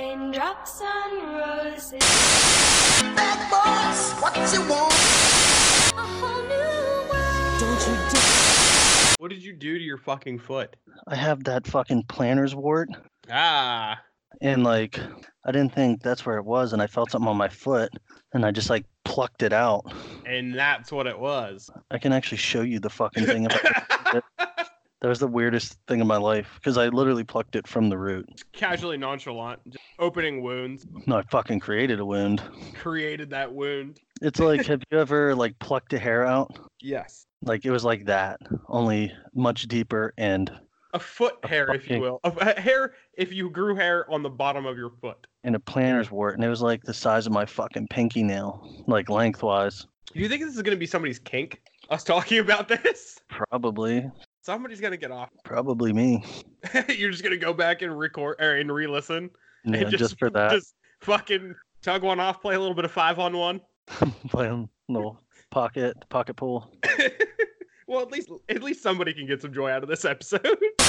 rocks and roses. Bad boys, what you want? A whole new world. What did you do to your fucking foot? I have that fucking planner's wart, Ah, and like, I didn't think that's where it was, and I felt something on my foot, and I just like plucked it out. and that's what it was. I can actually show you the fucking thing. If I, that was the weirdest thing in my life because I literally plucked it from the root. Casually nonchalant, just opening wounds, No, I fucking created a wound. created that wound. It's like, have you ever like plucked a hair out? Yes. Like it was like that, only much deeper and A foot hair, if you fucking- will. A, a hair, if you grew hair on the bottom of your foot. and a planner's wart, and it was like the size of my fucking pinky nail, like lengthwise, Do you think this is going to be somebody's kink? Us talking about this? probably, Somebody's going to get off. probably me. You're just going to go back and record or and re listen. Yeah, just, just- for that, Just fucking tug one off, play a little bit of five on one. playing little pocket pocket pool. well, at least at least somebody can get some joy out of this episode.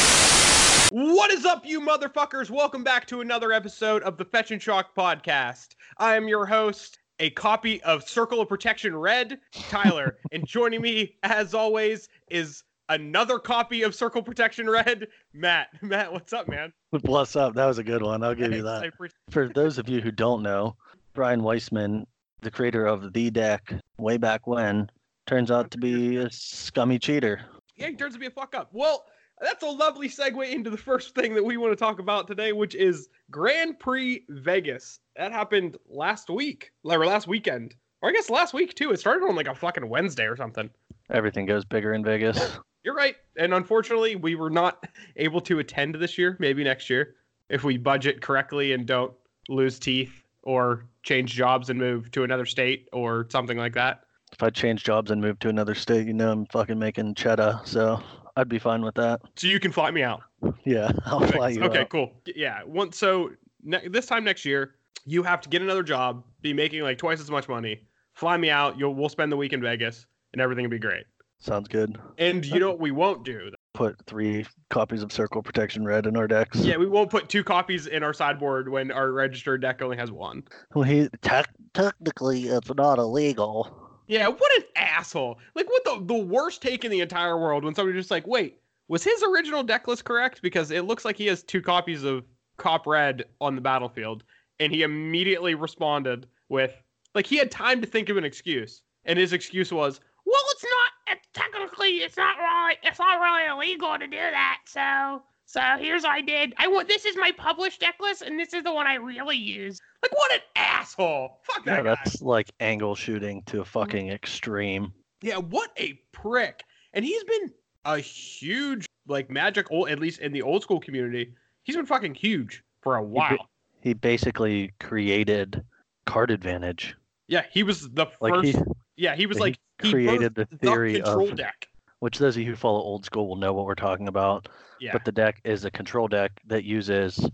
what is up, you motherfuckers? Welcome back to another episode of the Fetch and Shock podcast. I am your host, a copy of Circle of Protection Red, Tyler, and joining me, as always, is another copy of Circle Protection Red, Matt. Matt, what's up, man? Bless up, that was a good one. I'll give you Thanks, I that. appreciate- For those of you who don't know, Brian Weissman, the creator of The Deck, way back when, turns out to be a scummy cheater. yeah, he turns to be a fuck up. Well, that's a lovely segue into the first thing that we want to talk about today, which is Grand Prix Vegas. That happened last week, or last weekend, or I guess last week too. It started on like a fucking Wednesday or something. Everything goes bigger in Vegas. You're right, and unfortunately, we were not able to attend this year. Maybe next year, if we budget correctly and don't lose teeth or change jobs and move to another state or something like that. If I change jobs and move to another state, you know I'm fucking making cheddar, so I'd be fine with that. So you can fly me out. Yeah, I'll fly Thanks. you okay, out. cool. Yeah. Once so ne- this time next year, you have to get another job, be making like twice as much money, fly me out. You'll we'll spend the week in Vegas, and everything will be great. Sounds good. And you know what we won't do? Put three copies of Circle Protection Red in our decks. Yeah, we won't put two copies in our sideboard when our registered deck only has one. Well, he, tec- technically, it's not illegal. Yeah, what an asshole! Like, what the the worst take in the entire world when somebody's just like, wait, was his original deck list correct? Because it looks like he has two copies of Cop Red on the battlefield, and he immediately responded with, like, he had time to think of an excuse, and his excuse was, well, it's not it's technically, it's not really, it's not really illegal to do that. So, so here's what I did. I want this is my published deck list, and this is the one I really use. Like, what an asshole! Fuck that Yeah, guy. Mm-hmm. that's like angle shooting to a fucking extreme. Yeah, what a prick. And he's been a huge, like, magic, old, at least in the old school community, he's been fucking huge for a while. He basically created card advantage. Yeah, he was the first. Like he, yeah, he was he like, he created birthed the theory control of- deck. which those of you who follow old school will know what we're talking about. Yeah. But the deck is a control deck that uses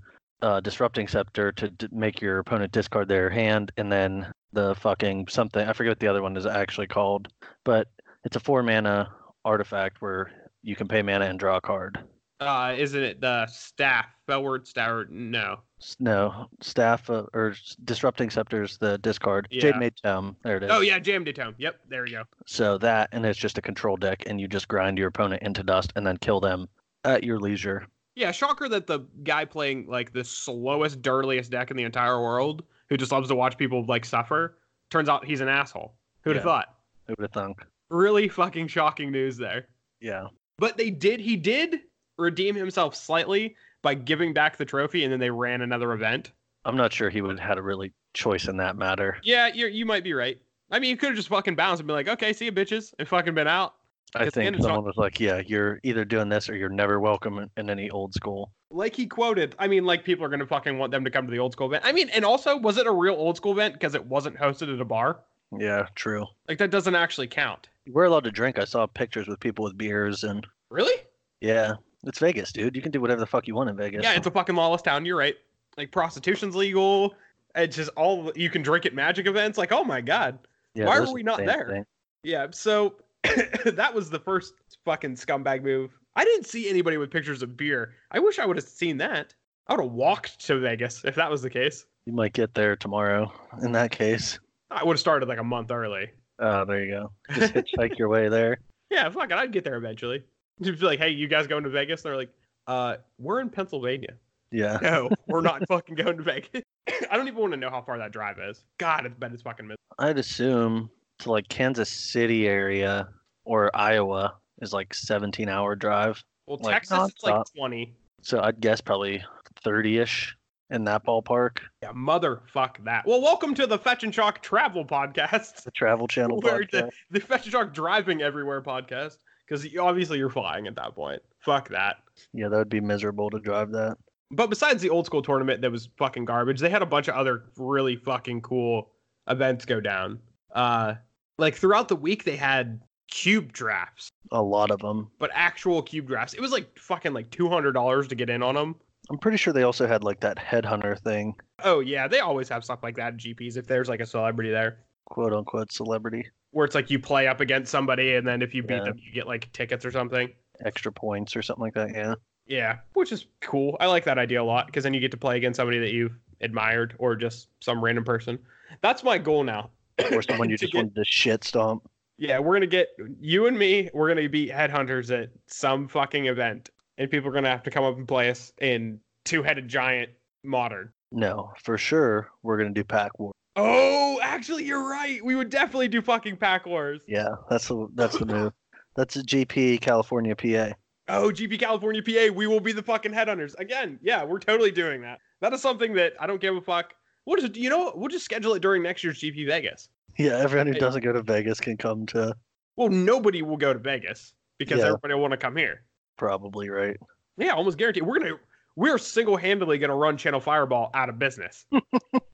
uh, disrupting scepter to d- make your opponent discard their hand, and then the fucking something I forget what the other one is actually called, but it's a four mana artifact where you can pay mana and draw a card. Uh, isn't it the staff? Bellward, Stoward? No. S- No, staff uh, or s- disrupting scepters the discard. Jade Yeah. Mage Tome. There it is. Oh, yeah, Jam Tome. Yep, there you go. So that, and it's just a control deck, and you just grind your opponent into dust and then kill them at your leisure. Yeah, shocker that the guy playing, like, the slowest, dirtiest deck in the entire world, who just loves to watch people, like, suffer, turns out he's an asshole. Who'd have Yeah. thought? Who would have thunk? Really fucking shocking news there. Yeah. But they did. He did redeem himself slightly by giving back the trophy, and then they ran another event. I'm not sure he would have had a really choice in that matter. Yeah, you you might be right. I mean, you could have just fucking bounced and been like, "Okay, see you, bitches," and fucking been out. I Because think Anderson- someone was like, yeah, you're either doing this or you're never welcome in- in any old school. Like he quoted. I mean, like people are gonna fucking want them to come to the old school event. I mean, and also, was it a real old school event because it wasn't hosted at a bar? Yeah, true. Like that doesn't actually count. We're allowed to drink. I saw pictures with people with beers, and Really? yeah, it's Vegas, dude. You can do whatever the fuck you want in Vegas. Yeah, it's a fucking lawless town. You're right. Like prostitution's legal. It's just all you can drink at magic events. Like, oh my god. Yeah, why it were was we the not same there? thing. Yeah, so that was the first fucking scumbag move. I didn't see anybody with pictures of beer. I wish I would have seen that. I would have walked to Vegas if that was the case. You might get there tomorrow. In that case, I would have started like a month early. uh, there you go. Just hitchhike your way there. Yeah, fuck it, I'd get there eventually. Just be like, hey, you guys going to Vegas? And they're like, uh, we're in Pennsylvania. Yeah. No, we're not fucking going to Vegas. I don't even want to know how far that drive is. God, it's bet it's fucking miserable. I'd assume to like Kansas City area or Iowa is like 17 hour drive. Well, Like, Texas, it's like nonstop. 20. So I'd guess probably 30 ish in that ballpark. Yeah, motherfuck that. Well, welcome to the Fetch and Chalk Travel Podcast. The Travel Channel Where the, podcast. the Fetch and Chalk Driving Everywhere podcast. Because obviously you're flying at that point. Fuck that. Yeah, that would be miserable to drive that. But besides the old school tournament that was fucking garbage, they had a bunch of other really fucking cool events go down. Uh, like throughout the week, they had cube drafts, A lot of them. but actual cube drafts. It was like fucking like two hundred dollars to get in on them. I'm pretty sure they also had like that headhunter thing, Oh yeah, they always have stuff like that in GPS if there's like a celebrity there, quote unquote celebrity, where it's like you play up against somebody and then if you beat Yeah. them, you get like tickets or something. extra points or something like that. Yeah. Yeah, which is cool. I like that idea a lot because then you get to play against somebody that you've admired or just some random person. That's my goal now. Or someone you To just get- wanted to shit stomp. Yeah, we're gonna get you and me. We're gonna be headhunters at some fucking event, and people are gonna have to come up and play us in two-headed giant modern. No, for sure. We're going to do pack war. Oh, actually, you're right. We would definitely do fucking pack wars. Yeah, that's the, that's the move. That's a GP California PA. Oh, GP California PA, we will be the fucking headhunters again. Yeah, we're totally doing that. That is something that I don't give a fuck. What is it? You know, what? we'll just schedule it during next year's GP Vegas. Yeah, everyone who Hey. doesn't go to Vegas can come to Well, nobody will go to Vegas because Yeah. everybody will want to come here. probably right. Yeah, almost guaranteed. We're gonna we're single handedly gonna run Channel Fireball out of business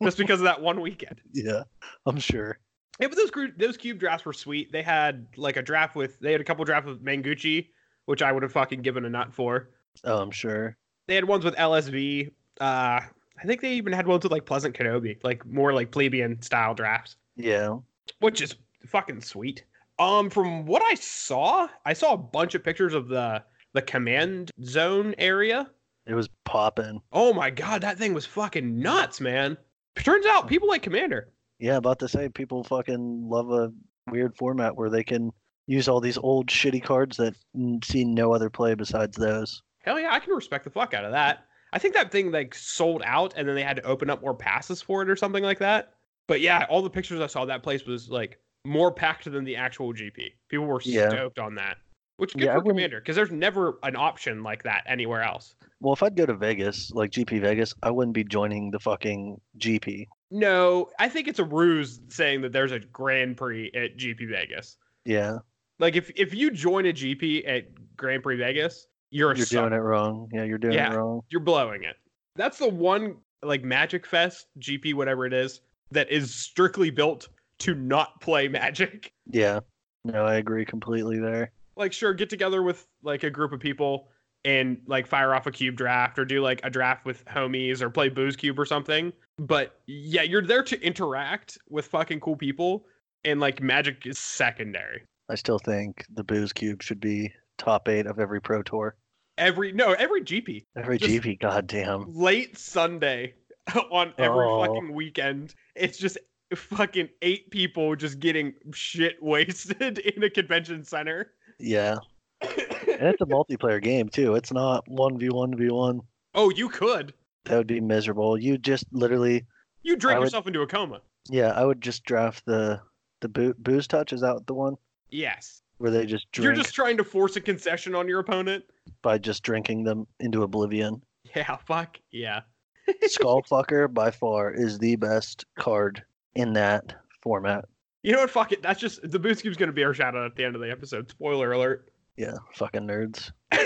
just because of that one weekend. Yeah, I'm sure. Yeah, but those gru- those cube drafts were sweet. They had like a draft with they had a couple draft with Manguchi, which I would have fucking given a nut for. Oh, I'm sure. They had ones with LSV. Uh, I think they even had ones with like Pleasant Kenobi, like more like plebeian style drafts, Yeah, which is fucking sweet. Um, from what I saw, I saw a bunch of pictures of the the command zone area. it was popping. Oh my god, that thing was fucking nuts, man. Turns out people like Commander. Yeah, about to say people fucking love a weird format where they can use all these old shitty cards that n- see no other play besides those. Hell yeah, I can respect the fuck out of that. I think that thing like sold out and then they had to open up more passes for it or something like that. But yeah, all the pictures I saw, that place was like more packed than the actual GP. People were Yeah. stoked on that. Which good Yeah, I for wouldn't- Commander, because there's never an option like that anywhere else. Well, if I'd go to Vegas, like GP Vegas, I wouldn't be joining the fucking GP. No, I think it's a ruse saying that there's a Grand Prix at GP Vegas. Yeah, Like if if you join a GP at Grand Prix Vegas, you're a you're sucker. doing it wrong. Yeah, you're doing Yeah. it wrong. you're blowing it. That's the one like Magic Fest, GP, whatever it is, that is strictly built to not play Magic. Yeah, no, I agree completely there. Like, sure, get together with like a group of people and like fire off a cube draft or do like a draft with homies or play booze cube or something. But yeah, you're there to interact with fucking cool people and like magic is secondary. I still think the Booze Cube should be top eight of every Pro Tour. Every no, every GP. Every Just- GP, goddamn. late Sunday on every Oh. fucking weekend. It's just fucking eight people just getting shit wasted in a convention center. Yeah. And it's a multiplayer game too. It's not one v one v one. oh, you could. That would be miserable. You just literally, You I drink would- yourself into a coma. yeah. I would just draft the the boo- booze touch. Is that the one Yes. where they just drink You're just trying to force a concession on your opponent. by just drinking them into oblivion? Yeah, fuck. Yeah. Skullfucker by far is the best card in that format. You know what? Fuck it. That's just the boost cube's gonna be our shout out at the end of the episode. Spoiler alert. Yeah, fucking nerds. You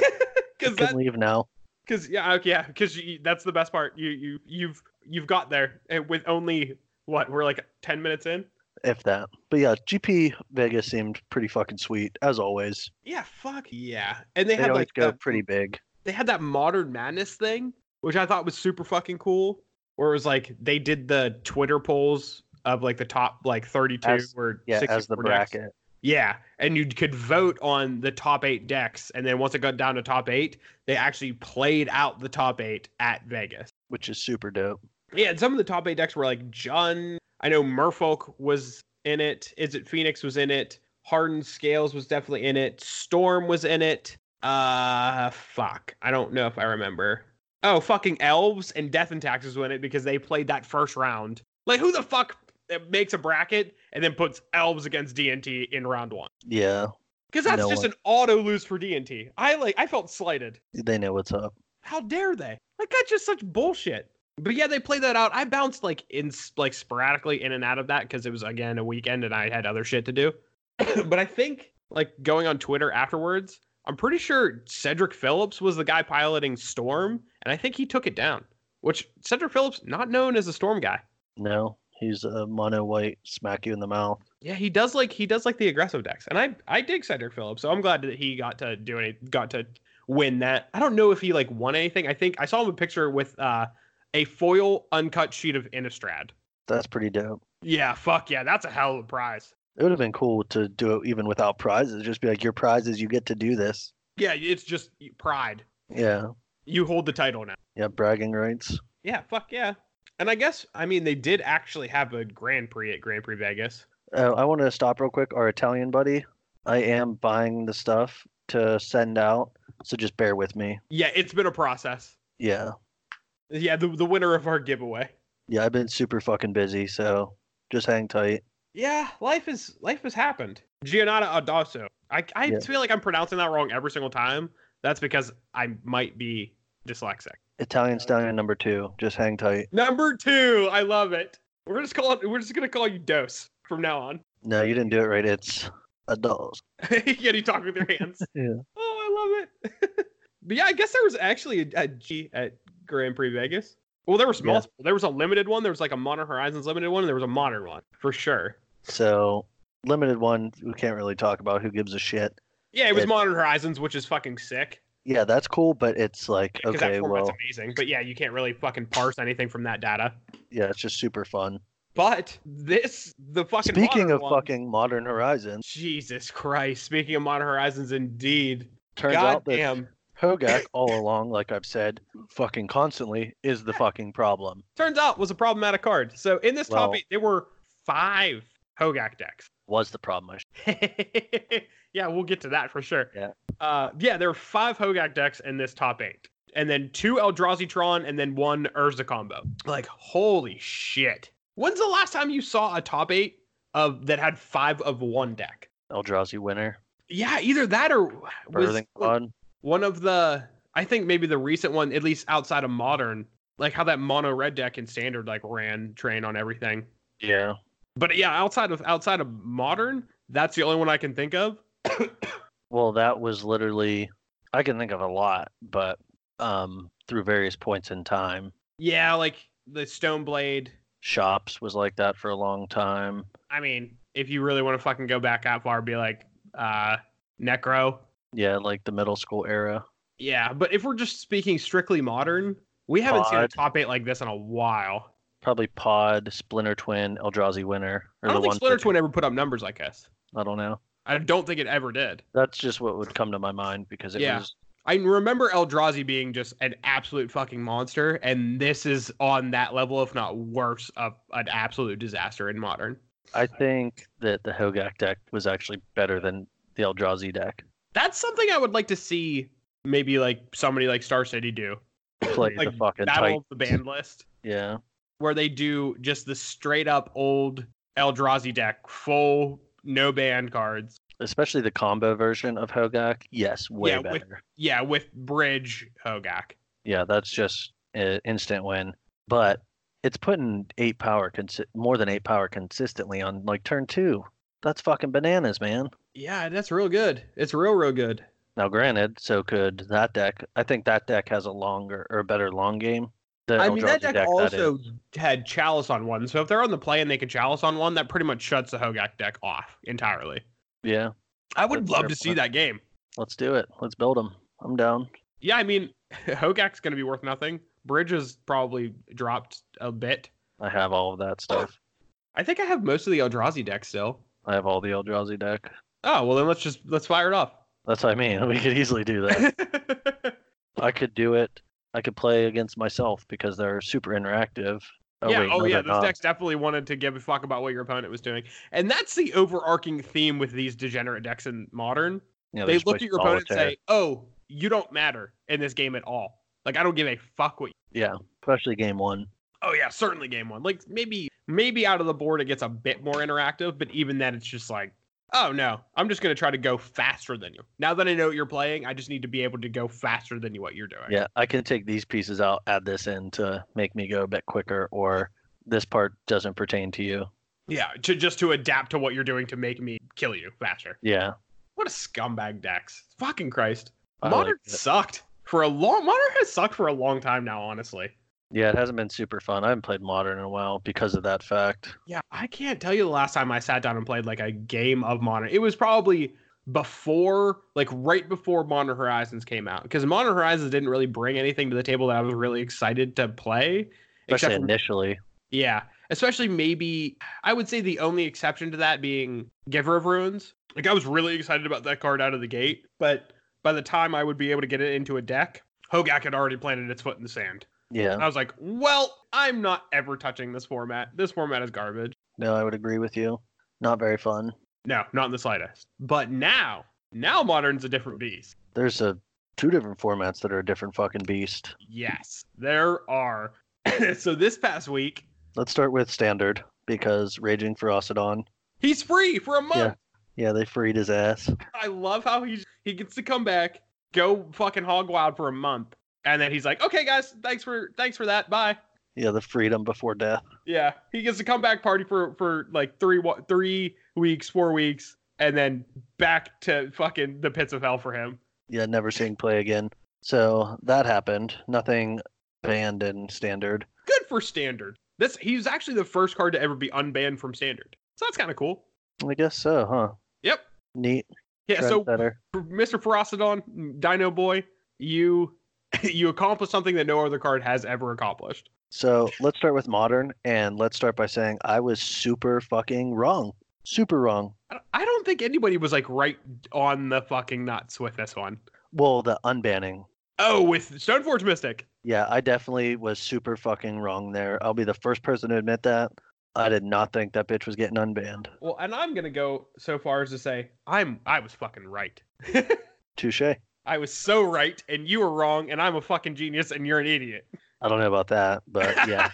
Because can that, leave now. because yeah, okay, yeah, because that's the best part. You you you've you've got there and with only what we're like ten minutes in. if that. But yeah, GP Vegas seemed pretty fucking sweet as always. Yeah, fuck yeah. And they, They, had always like go that, pretty big. they had that modern madness thing, which I thought was super fucking cool. Where it was like they did the Twitter polls of like the top like 32 As- or Yeah, 60 as the or next. bracket. Yeah, and you could vote on the top eight decks, and then once it got down to top eight, they actually played out the top eight at Vegas. which is super dope. Yeah, and some of the top eight decks were like Jun. I know Merfolk was in it. Is it Phoenix was in it? Hardened Scales was definitely in it. Storm was in it. Uh, fuck. I don't know if I remember. Oh, fucking Elves and Death and Taxes were in it because they played that first round. Like, who the fuck uh, makes a bracket and then puts Elves against DNT in round one? Yeah, Because that's No just one- an auto lose for DNT. I like. I felt slighted. they know what's up. How dare they? Like that's just such bullshit. But yeah, they played that out. I bounced like in like sporadically in and out of that because it was again a weekend and I had other shit to do. but I think like going on Twitter afterwards, I'm pretty sure Cedric Phillips was the guy piloting Storm, and I think he took it down. Which Cedric Phillips, not known as a Storm guy. No, he's a mono white, smack you in the mouth. Yeah, he does like he does like the aggressive decks, and I I dig Cedric Phillips, so I'm glad that he got to do any got to win that. I don't know if he like won anything. I think I saw him a picture with uh, a foil uncut sheet of Innistrad. That's pretty dope. Yeah, fuck yeah, that's a hell of a prize. It would have been cool to do it even without prizes. Just be like, your prize is you get to do this. Yeah, it's just pride. Yeah, You hold the title now. yeah, bragging rights. Yeah, fuck yeah. And I guess I mean they did actually have a Grand Prix at Grand Prix Vegas. Uh, I want to stop real quick. Our Italian buddy, I am buying the stuff to send out, so just bear with me. Yeah, it's been a process. Yeah, Yeah, the the winner of our giveaway. yeah, I've been super fucking busy, so just hang tight. Yeah, life is life has happened. Gianata Adasso. I I Yeah. feel like I'm pronouncing that wrong every single time. That's because I might be dyslexic. Italian stallion number two, just hang tight. Number two, I love it. We're just calling we're just gonna call you Dose from now on. No, you didn't do it right. It's adults. yeah, you talk with your hands. Yeah. Oh, I love it. but yeah, I guess there was actually a, a G at Grand Prix Vegas. Well, there was Yeah. multiple. There was a limited one. There was like a Modern Horizons limited one. And there was a modern one for sure. So limited one, we can't really talk about. Who gives a shit? Yeah, it was Yeah. Modern Horizons, which is fucking sick. Yeah, that's cool, but it's like because okay, that format's well, amazing. But yeah, you can't really fucking parse anything from that data. yeah, it's just super fun. But this, the fucking Speaking modern of one- fucking Modern Horizons, Jesus Christ. Speaking of Modern Horizons, indeed. turns God out that damn. Hogak all along, like I've said, fucking constantly is the fucking problem. Turns out was a problematic card. So in this Well- top eight, there were five Hogak decks. Was the problem? I sh- yeah, we'll get to that for sure. Yeah. Uh, yeah, there were five Hogak decks in this top eight, and then two Eldrazi Tron, and then one Urza combo. Like, holy shit! When's the last time you saw a top eight of that had five of one deck? Eldrazi winner, Yeah, either that or was birthing pod. one of the. I think maybe the recent one, at least outside of modern, like how that mono red deck in standard like ran train on everything. Yeah, But yeah, outside of outside of modern, that's the only one I can think of. well, that was literally I can think of a lot, but um, through various points in time, Yeah, like the Stone Blade. shops was like that for a long time. I mean, if you really want to fucking go back that far, be like uh Necro. Yeah, like the middle school era. Yeah, but if we're just speaking strictly modern, we haven't seen a Odd. top eight like this in a while. Probably Pod, Splinter Twin, Eldrazi Winner. Or I don't the think ones Splinter that- Twin ever put up numbers like this. I don't know. I don't think it ever did. That's just what would come to my mind because it Yeah. was I remember Eldrazi being just an absolute fucking monster, and this is on that level, if not worse, of an absolute disaster in modern. I think that the Hogak deck was actually better than the Eldrazi deck. That's something I would like to see maybe like somebody like Star City do. Play Like, the fucking Battle tight. of the band list. Yeah. where they do just the straight up old Eldrazi deck, full no ban cards. Especially the combo version of Hogak. Yes, way Yeah, better. with- Yeah, with Bridge Hogak. Yeah, that's just an instant win. But it's putting eight power, consi- more than eight power consistently on like turn two. That's fucking bananas, man. Yeah, that's real good. It's real, real good. Now, granted, so could that deck. I think that deck has a longer or a better long game. The I mean, that Eldrazi deck, that also is. had Chalice on one. So if they're on the play and they can Chalice on one, that pretty much shuts the Hogak deck off entirely. yeah, I would That's love fair to see point. that game. let's do it. Let's build them. I'm down. Yeah, I mean, Hogak's going to be worth nothing. Bridge has probably dropped a bit. I have all of that stuff. I think I have most of the Eldrazi deck still. I have all the Eldrazi deck. Oh well, then let's just let's fire it off. That's what I mean. We could easily do that. I could do it. I could play against myself because they're super interactive. Oh, yeah. wait, oh no, yeah. they're This not. decks definitely wanted to give a fuck about what your opponent was doing, and that's the overarching theme with these degenerate decks in modern. Yeah, they're they just look at playing your opponent and solitaire. say, "Oh, you don't matter in this game at all. Like I don't give a fuck what." You- Yeah, especially game one. oh yeah, certainly game one. Like maybe maybe out of the board it gets a bit more interactive, but even then it's just like, "Oh no, I'm just gonna try to go faster than you." Now that I know what you're playing, I just need to be able to go faster than you what you're doing. Yeah, I can take these pieces out, add this in to make me go a bit quicker, or this part doesn't pertain to you. Yeah, to just to adapt to what you're doing to make me kill you faster. Yeah. What a scumbag Dex. Fucking Christ. I Modern like it. sucked for a long Modern has sucked for a long time now, honestly. Yeah, it hasn't been super fun. I haven't played modern in a while because of that fact. Yeah, I can't tell you the last time I sat down and played like a game of Modern. It was probably before, like right before Modern Horizons came out, because Modern Horizons didn't really bring anything to the table that I was really excited to play. Especially for- initially. yeah, especially maybe I would say the only exception to that being Giver of Ruins. Like I was really excited about that card out of the gate, but by the time I would be able to get it into a deck, Hogak had already planted its foot in the sand. Yeah. I was like, well, I'm not ever touching this format. This format is garbage. No, I would agree with you. Not very fun. No, not in the slightest. But now, now modern's a different beast. There's a two different formats that are a different fucking beast. Yes, there are. so this past week, Let's start with standard because Raging Ferocidon. he's free for a month. Yeah, they freed his ass. I love how he he gets to come back, go fucking hog wild for a month, and then he's like, "Okay, guys, thanks for thanks for that. Bye." Yeah, the freedom before death. Yeah, he gets a comeback party for for like three wa- three weeks, four weeks, and then back to fucking the pits of hell for him. Yeah, never seeing play again. So that happened. Nothing banned in standard. Good for standard. This he was actually the first card to ever be unbanned from standard, so that's kind of cool. I guess so, huh? Yep. Neat. Yeah, so better. Mr. Ferocidon, Dino Boy, you you accomplished something that no other card has ever accomplished. So let's start with modern, and let's start by saying I was super fucking wrong. Super wrong. I don't- I don't think anybody was like right on the fucking nuts with this one. Well, the unbanning. Oh, with Stoneforge Mystic. Yeah, I definitely was super fucking wrong there. I'll be the first person to admit that. I did not think that bitch was getting unbanned. Well, and I'm gonna go so far as to say I'm I was fucking right. Touche. I I was so right, and you were wrong, and I'm a fucking genius, and you're an idiot. don't know about that, but yeah.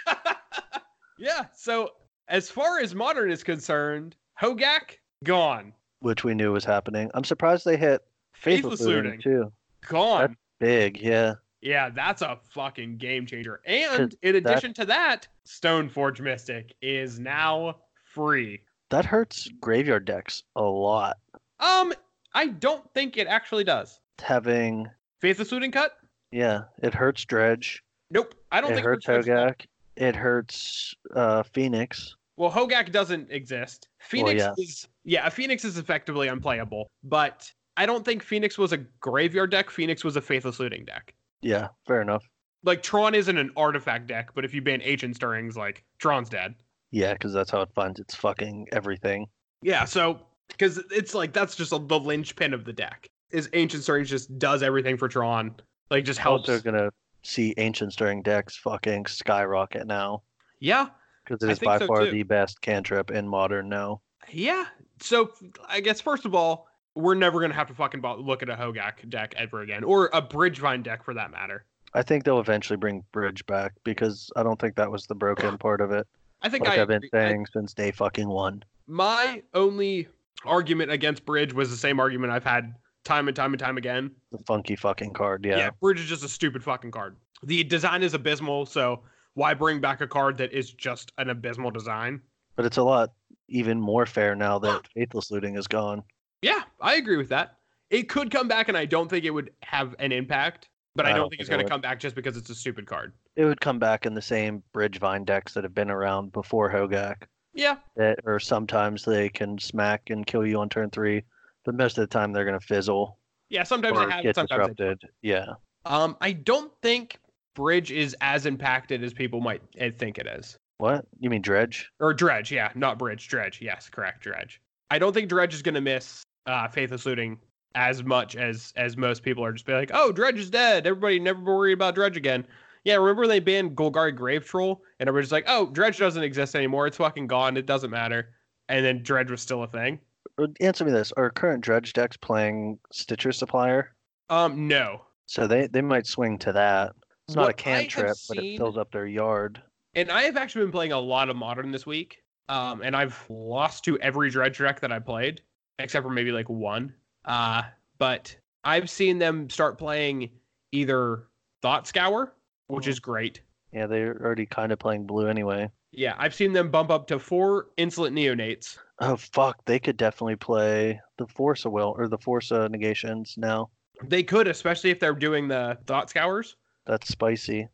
yeah. So as far as modern is concerned, Hogak gone, which we knew was happening. I'm surprised they hit faithful Faithless looting Looting. too. gone. Big, yeah. Yeah, that's a fucking game changer. And Cause in that- addition to that, Stoneforge Mystic is now free. That hurts graveyard decks a lot. Um, I don't think it actually does. Having Faithless Looting Cut? yeah, it hurts Dredge. Nope. I don't It think hurts Rich Rich- Hogak. It hurts uh, Phoenix. Well, Hogak doesn't exist. Phoenix yeah. is yeah, Phoenix is effectively unplayable, but I don't think Phoenix was a graveyard deck. Phoenix was a Faithless Looting deck. Yeah, fair enough. Like Tron isn't an artifact deck, but if you ban Ancient Stirrings, like Tron's dead. Yeah, because that's how it finds its fucking everything. Yeah, so because it's like that's just a, the linchpin of the deck is Ancient Stirrings just does everything for Tron, like just helps. Also gonna see ancient stirring decks fucking skyrocket now yeah, because it I is think by so, far too. the best cantrip in modern now. yeah. So I guess first of all, we're never gonna have to fucking bo- look at a Hogak deck ever again, or a Bridgevine deck for that matter. I think they'll eventually bring Bridge back because I don't think that was the broken part of it. I think Like I I've been agree. I- saying since day fucking one. my only argument against Bridge was the same argument I've had time and time and time again. The funky fucking card, yeah. Bridge is just a stupid fucking card. The design is abysmal, so why bring back a card that is just an abysmal design? But it's a lot even more fair now that Faithless Looting is gone. Yeah, I agree with that. It could come back, and I don't think it would have an impact. But I don't, think, it's it going to would. come back just because it's a stupid card. It would come back in the same Bridgevine decks that have been around before Hogak. Yeah, That or sometimes they can smack and kill you on turn three, but most of the time they're gonna fizzle yeah. Sometimes or I have, get it, sometimes I disrupted. Yeah. Um, I don't think Bridge is as impacted as people might uh, think it is. What? You mean Dredge? Or Dredge, yeah, not Bridge, Dredge. Yes, correct, Dredge. I don't think Dredge is going to miss uh, faithless looting as much as as most people are just be like, oh, Dredge is dead. Everybody never worry about Dredge again. Yeah, remember when they banned Golgari Grave Troll, and everybody's like, oh, Dredge doesn't exist anymore. It's fucking gone. It doesn't matter. And then Dredge was still a thing. Uh, Answer me this: Are current dredge decks playing Stitcher Supplier? Um, no. So they they might swing to that. It's not What a I have cantrip, but it seen- fills up their yard. And I have actually been playing a lot of Modern this week. Um, and I've lost to every dredge deck that I played, except for maybe like one. Uh, but I've seen them start playing either Thought Scour, which is great. Yeah, they're already kind of playing blue anyway. Yeah, I've seen them bump up to four Insolent Neonates. Oh fuck, they could definitely play the Force of Will or the Force of Negations now. They could, especially if they're doing the Thought Scours. That's spicy.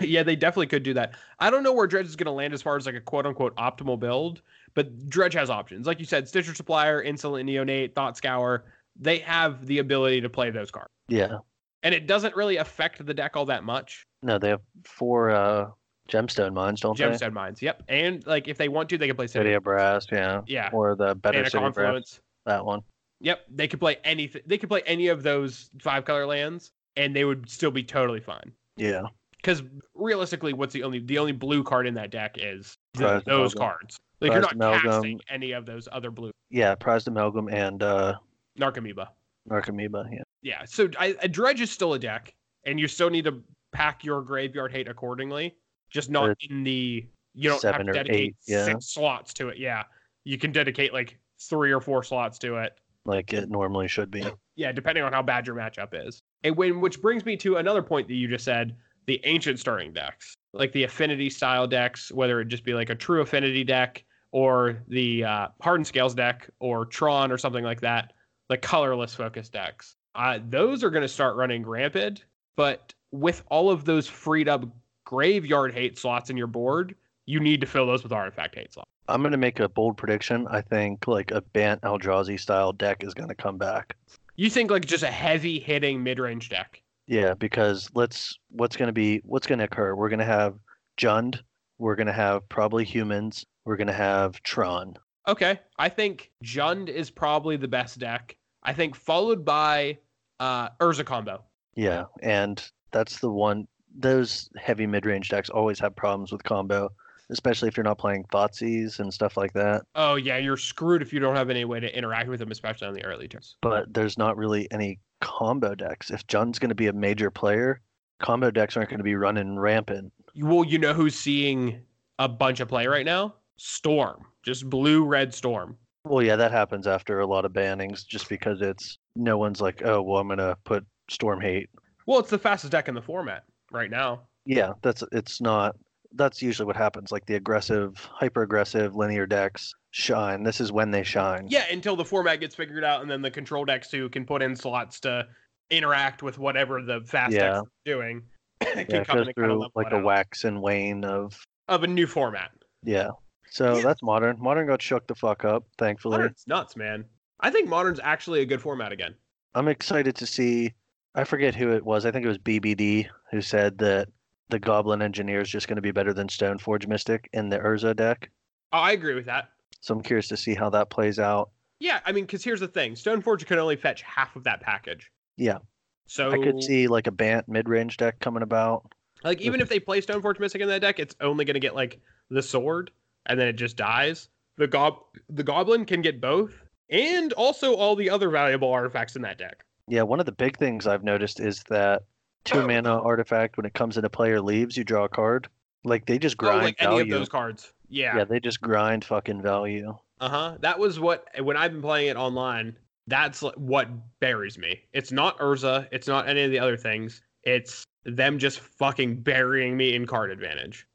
yeah, they definitely could do that. I don't know where Dredge is going to land as far as like a quote unquote optimal build, but Dredge has options. Like you said, Stitcher Supplier, Insolent Neonate, Thought Scour, they have the ability to play those cards. Yeah. And it doesn't really affect the deck all that much. No, they have four uh gemstone mines, don't Gemstone Mines, yep. And like if they want to, they can play they? City City, of Brass, yeah. yeah, Or the better and a City of Brass, Confluence. that one. Yep, they could play anything. They could play any of those five color lands, and they would still be totally fine. Yeah. Because realistically, what's the only the only blue card in that deck is th- Prize those Amalgam. cards. Like you're Prize not Amalgam. casting any of those other blue Yeah, prized amalgam and uh Narcomoeba. Narcomoeba, yeah. Yeah, so I, a dredge is still a deck, and you still need to pack your graveyard hate accordingly. Just not Uh, in the you don't have seven to or dedicate eight, yeah. six slots to it. Yeah, you can dedicate like three or four slots to it. Like it normally should be. Yeah, depending on how bad your matchup is. And when which brings me to another point that you just said, the ancient starting decks, like the affinity style decks, whether it just be like a true affinity deck or the uh, hardened scales deck or Tron or something like that, the colorless focus decks. Uh, those are going to start running rampant, but with all of those freed up graveyard hate slots in your board, you need to fill those with artifact hate slots. I'm gonna make a bold prediction. I think like a Bant Eldrazi style deck is gonna come back. You think like just a heavy hitting mid range deck. Yeah, because let's what's going to be what's going to occur? We're going to have Jund, we're going to have probably humans, we're going to have Tron. Okay. I think Jund is probably the best deck. I think followed by uh Urza combo. Yeah, and that's the one those heavy mid-range decks always have problems with combo, especially if you're not playing Thoughtseize and stuff like that, Oh yeah, you're screwed if you don't have any way to interact with them, especially on the early turns. but there's not really any combo decks. If Jund's going to be a major player, combo decks aren't going to be running rampant. You- Well, you know who's seeing a bunch of play right now? Storm. Just blue red storm. Well, yeah, that happens after a lot of bannings just because it's no one's like, "Oh, well, I'm going to put Storm Hate Well, it's the fastest deck in the format right now. Yeah, that's it's not that's usually what happens. Like the aggressive, hyper aggressive linear decks shine. This is when they shine. Yeah, until the format gets figured out and then the control decks who can put in slots to interact with whatever the fast Yeah. decks are doing can Yeah, come it goes in and kind of through level like it a out wax and wane of of a new format. yeah. So Yeah. that's modern. Modern got shook the fuck up, thankfully. Modern's nuts, man. I think modern's actually a good format again. I'm excited to see I forget who it was. I think it was BBD who said that the Goblin Engineer is just going to be better than Stoneforge Mystic in the Urza deck. Oh, I agree with that. So I'm curious to see how that plays out. Yeah, I mean, because here's the thing: Stoneforge can only fetch half of that package. Yeah. So I could see like a Bant mid-range deck coming about. like, even if they play Stoneforge Mystic in that deck, it's only going to get like the sword, and then it just dies. The gob the goblin can get both, and also all the other valuable artifacts in that deck. Yeah, one of the big things I've noticed is that two mana artifact when it comes into play or leaves, you draw a card. Like they just Oh, grind like any value. of those cards. yeah. they just grind fucking value. Uh huh. That was what when I've been playing it online. That's like, what buries me. It's not Urza. It's not any of the other things. It's them just fucking burying me in card advantage.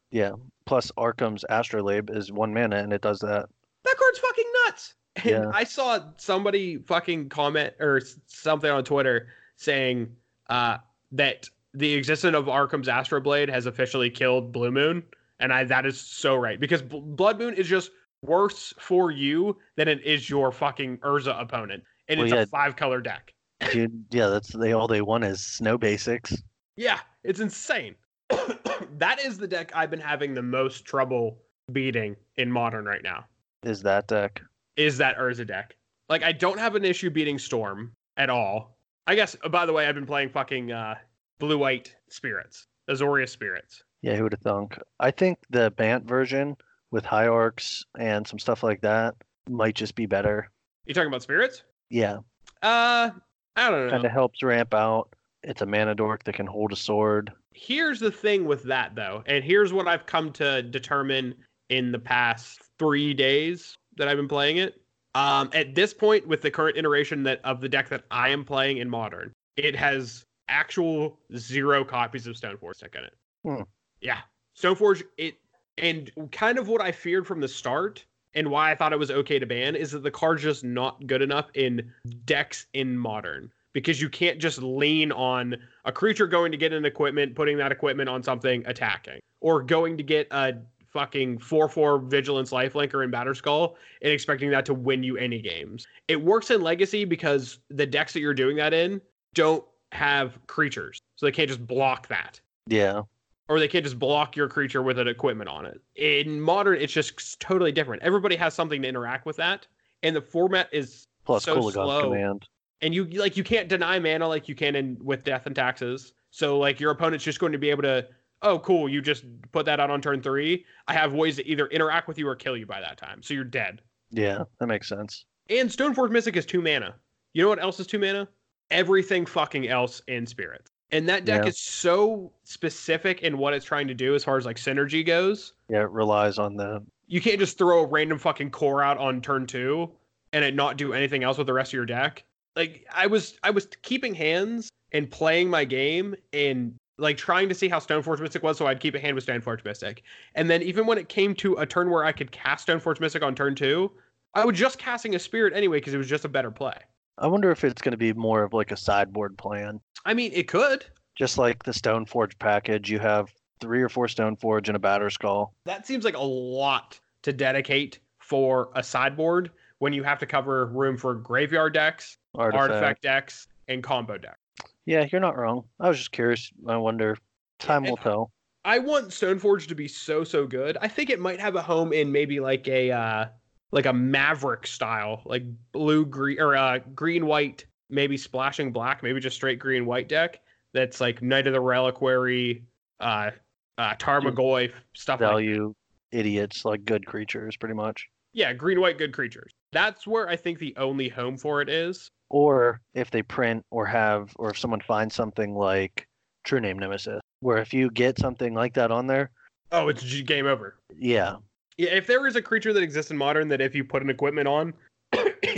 Plus Arkham's Astrolabe is one mana and it does that. That card's fucking nuts. And Yeah. I saw somebody fucking comment or s- something on Twitter saying uh, that the existence of Arkham's Astroblade has officially killed Blue Moon, and I that is so right because Bl- Blood Moon is just worse for you than it is your fucking Urza opponent, and Well, it's yeah. a five color deck. Dude, yeah, that's they all they want is snow basics. Yeah, it's insane. that is the deck I've been having the most trouble beating in modern right now. Is that deck? Is that Urza deck? Like I don't have an issue beating Storm at all. I guess uh, by the way, I've been playing fucking uh blue white spirits. Azoria spirits. Yeah, who would have thunk? I think the Bant version with high arcs and some stuff like that might just be better. You talking about spirits? Yeah, Uh I don't know. kind of helps ramp out. It's a mana dork that can hold a sword. here's the thing with that though and here's what i've come to determine in the past three days that i've been playing it um, at this point with the current iteration that of the deck that i am playing in modern it has actual zero copies of stoneforge deck in it Hmm. yeah stoneforge it and kind of what i feared from the start and why i thought it was okay to ban is that the card's just not good enough in decks in modern because you can't just lean on a creature going to get an equipment, putting that equipment on something, attacking, or going to get a fucking 4 4 Vigilance Lifelinker in Batterskull and expecting that to win you any games. It works in Legacy because the decks that you're doing that in don't have creatures, so they can't just block that. Yeah, Or they can't just block your creature with an equipment on it. In modern, it's just totally different. Everybody has something to interact with that, and the format is plus So Coolagon's slow. command. and you like you can't deny mana like you can in with death and taxes. So like your opponent's just going to be able to, oh cool, you just put that out on turn three. I have ways to either interact with you or kill you by that time, so you're dead. Yeah, that makes sense. And Stoneforge Mystic is two mana. You know what else is two mana? Everything fucking else in Spirits. And that deck Yeah. is so specific in what it's trying to do as far as like synergy goes. Yeah, it relies on the You can't just throw a random fucking core out on turn two and it not do anything else with the rest of your deck. Like I was I was keeping hands and playing my game and like trying to see how Stoneforge Mystic was, so I'd keep a hand with Stoneforge Mystic. And then even when it came to a turn where I could cast Stoneforge Mystic on turn two, I was just casting a spirit anyway because it was just a better play. I wonder if it's going to be more of like a sideboard plan, I mean, it could. just like the Stoneforge package. You have three or four Stoneforge and a Batter Skull. That seems like a lot to dedicate for a sideboard when you have to cover room for graveyard decks, Artifact. artifact decks, and combo decks. Yeah, you're not wrong. I was just curious. I wonder. Time will and- tell. I want Stoneforge to be so so good. I think it might have a home in maybe like a uh like a Maverick style, like blue green or uh green white, maybe splashing black, maybe just straight green white deck that's like Knight of the Reliquary, uh uh Tarmogoyf stuff like Value idiots like good creatures, pretty much. Yeah, green white good creatures. That's where I think the only home for it is. Or if they print or have, or if someone finds something like True Name Nemesis, where if you get something like that on there, Oh, it's g- game over. yeah, Yeah, if there is a creature that exists in modern that if you put an equipment on,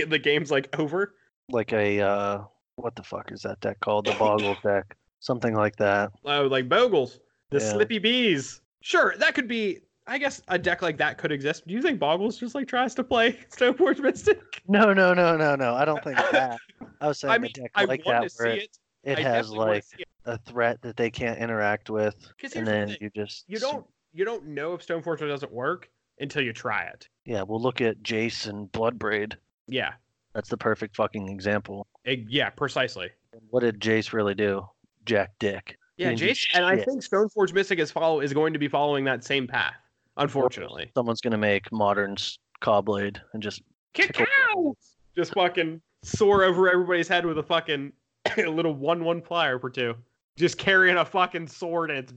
the game's like over. like a uh, what the fuck is that deck called? The Boggle deck, something like that. Oh, like Bogles, the Yeah. Slippy Bees. Sure, that could be. I guess a deck like that could exist. Do you think Boggles just like tries to play Stoneforge Mystic? No, no, no, no, no. I don't think that. I was saying I a mean, deck I like want that to where see it, it. it I has definitely wanna like see it. a threat that they can't interact with, 'Cause here's and the then thing, you just you s- don't you don't know if Stoneforge doesn't work until you try it. Yeah, we'll look at Jason Bloodbraid. Yeah, That's the perfect fucking example. It- yeah, precisely. What did Jace really do? Jack Dick. Yeah, Didn't do Jace, and I shit. think Stoneforge Mystic is follow is going to be following that same path. Unfortunately, Someone's gonna make moderns Cobblade and just kick tickle out. Just fucking soar over everybody's head with a fucking little one-one flyer for two. Just carrying a fucking sword and it's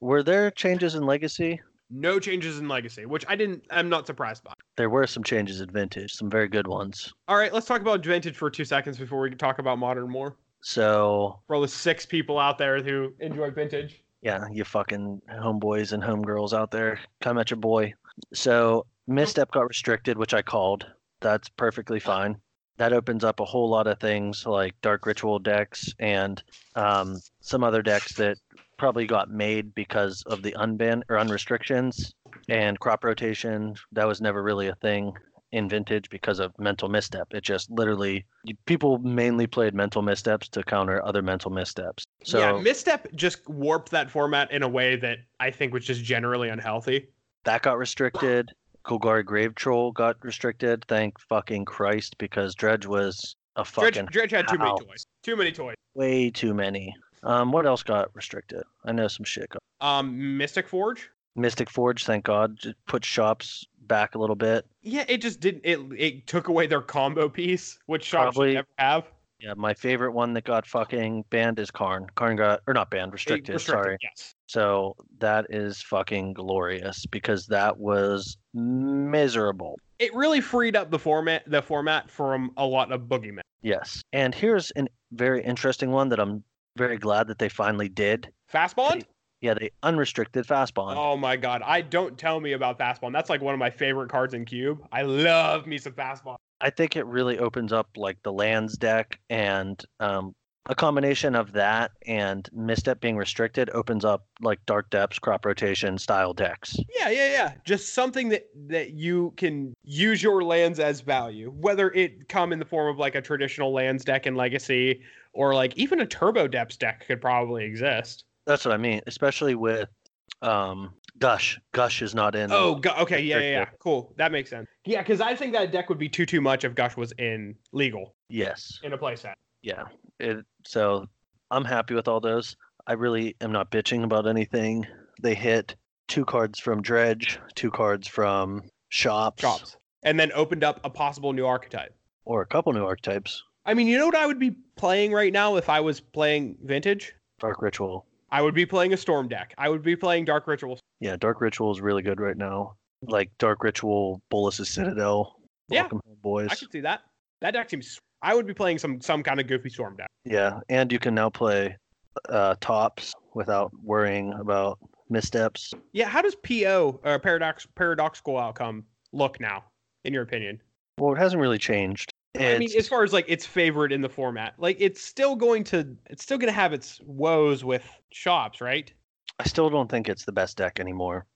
were there changes in legacy? no changes in legacy, which I didn't. I'm not surprised by. There were some changes in vintage, some very good ones. All right, let's talk about vintage for two seconds before we talk about modern more. So For all the six people out there who enjoy vintage, yeah, you fucking homeboys and homegirls out there, come at your boy. So misstep got restricted, which I called. That's perfectly fine. That opens up a whole lot of things like dark ritual decks and um, some other decks that probably got made because of the unban or unrestrictions and crop rotation. That was never really a thing in vintage because of mental misstep. It just literally people mainly played mental missteps to counter other mental missteps. So yeah, misstep just warped that format in a way that I think was just generally unhealthy. that got restricted. Golgari Grave Troll got restricted. Thank fucking Christ, because Dredge was a Dredge, fucking Dredge had too many hell. toys. Too many toys. way too many. Um, what else got restricted? I know some shit. Got... Um, Mystic Forge. Mystic Forge, thank God, j- put shops back a little bit. Yeah, it just didn't. It it took away their combo piece, which shops Probably- should never have. Yeah, my favorite one that got fucking banned is Karn. Karn got or not banned, They restricted. restricted, Sorry. Yes. So that is fucking glorious because that was miserable. It really freed up the format the format from a lot of boogeymen. Yes. And here's a very interesting one that I'm very glad that they finally did. Fast bond. Yeah, they unrestricted fast bond. Oh my god! I don't tell me about fast bond. That's like one of my favorite cards in cube. I love me some fast bond. I think it really opens up like the lands deck and um, a combination of that and misstep being restricted opens up like dark depths, crop rotation style decks. Yeah, yeah, yeah. Just something that that you can use your lands as value, whether it come in the form of like a traditional lands deck in Legacy, or like even a Turbo Depths deck could probably exist. That's what I mean, especially with um, Gush. Gush is not in. Oh, go- okay, yeah, yeah, yeah. Restricted. Cool, that makes sense. Yeah, because I think that deck would be too too much if Gush was in legal Yes. in a playset. Yeah. It, so I'm happy with all those. I really am not bitching about anything. They hit two cards from Dredge, two cards from Shops, Chops, and then opened up a possible new archetype. or a couple new archetypes. I mean, you know what I would be playing right now if I was playing Vintage? Dark Ritual. I would be playing a Storm deck. I would be playing Dark Ritual. Yeah, Dark Ritual is really good right now. Like Dark Ritual, Bolus's Citadel, Yeah. Welcome Home Boys. I could see that. That deck seems. I would be playing some some kind of goofy Storm deck. Yeah, and you can now play uh, Tops without worrying about missteps. Yeah, how does PO or paradox paradoxical outcome look now, in your opinion? Well, it hasn't really changed. I mean, It's- as far as like its favorite in the format, like it's still going to it's still going to have its woes with shops, right? I still don't think it's the best deck anymore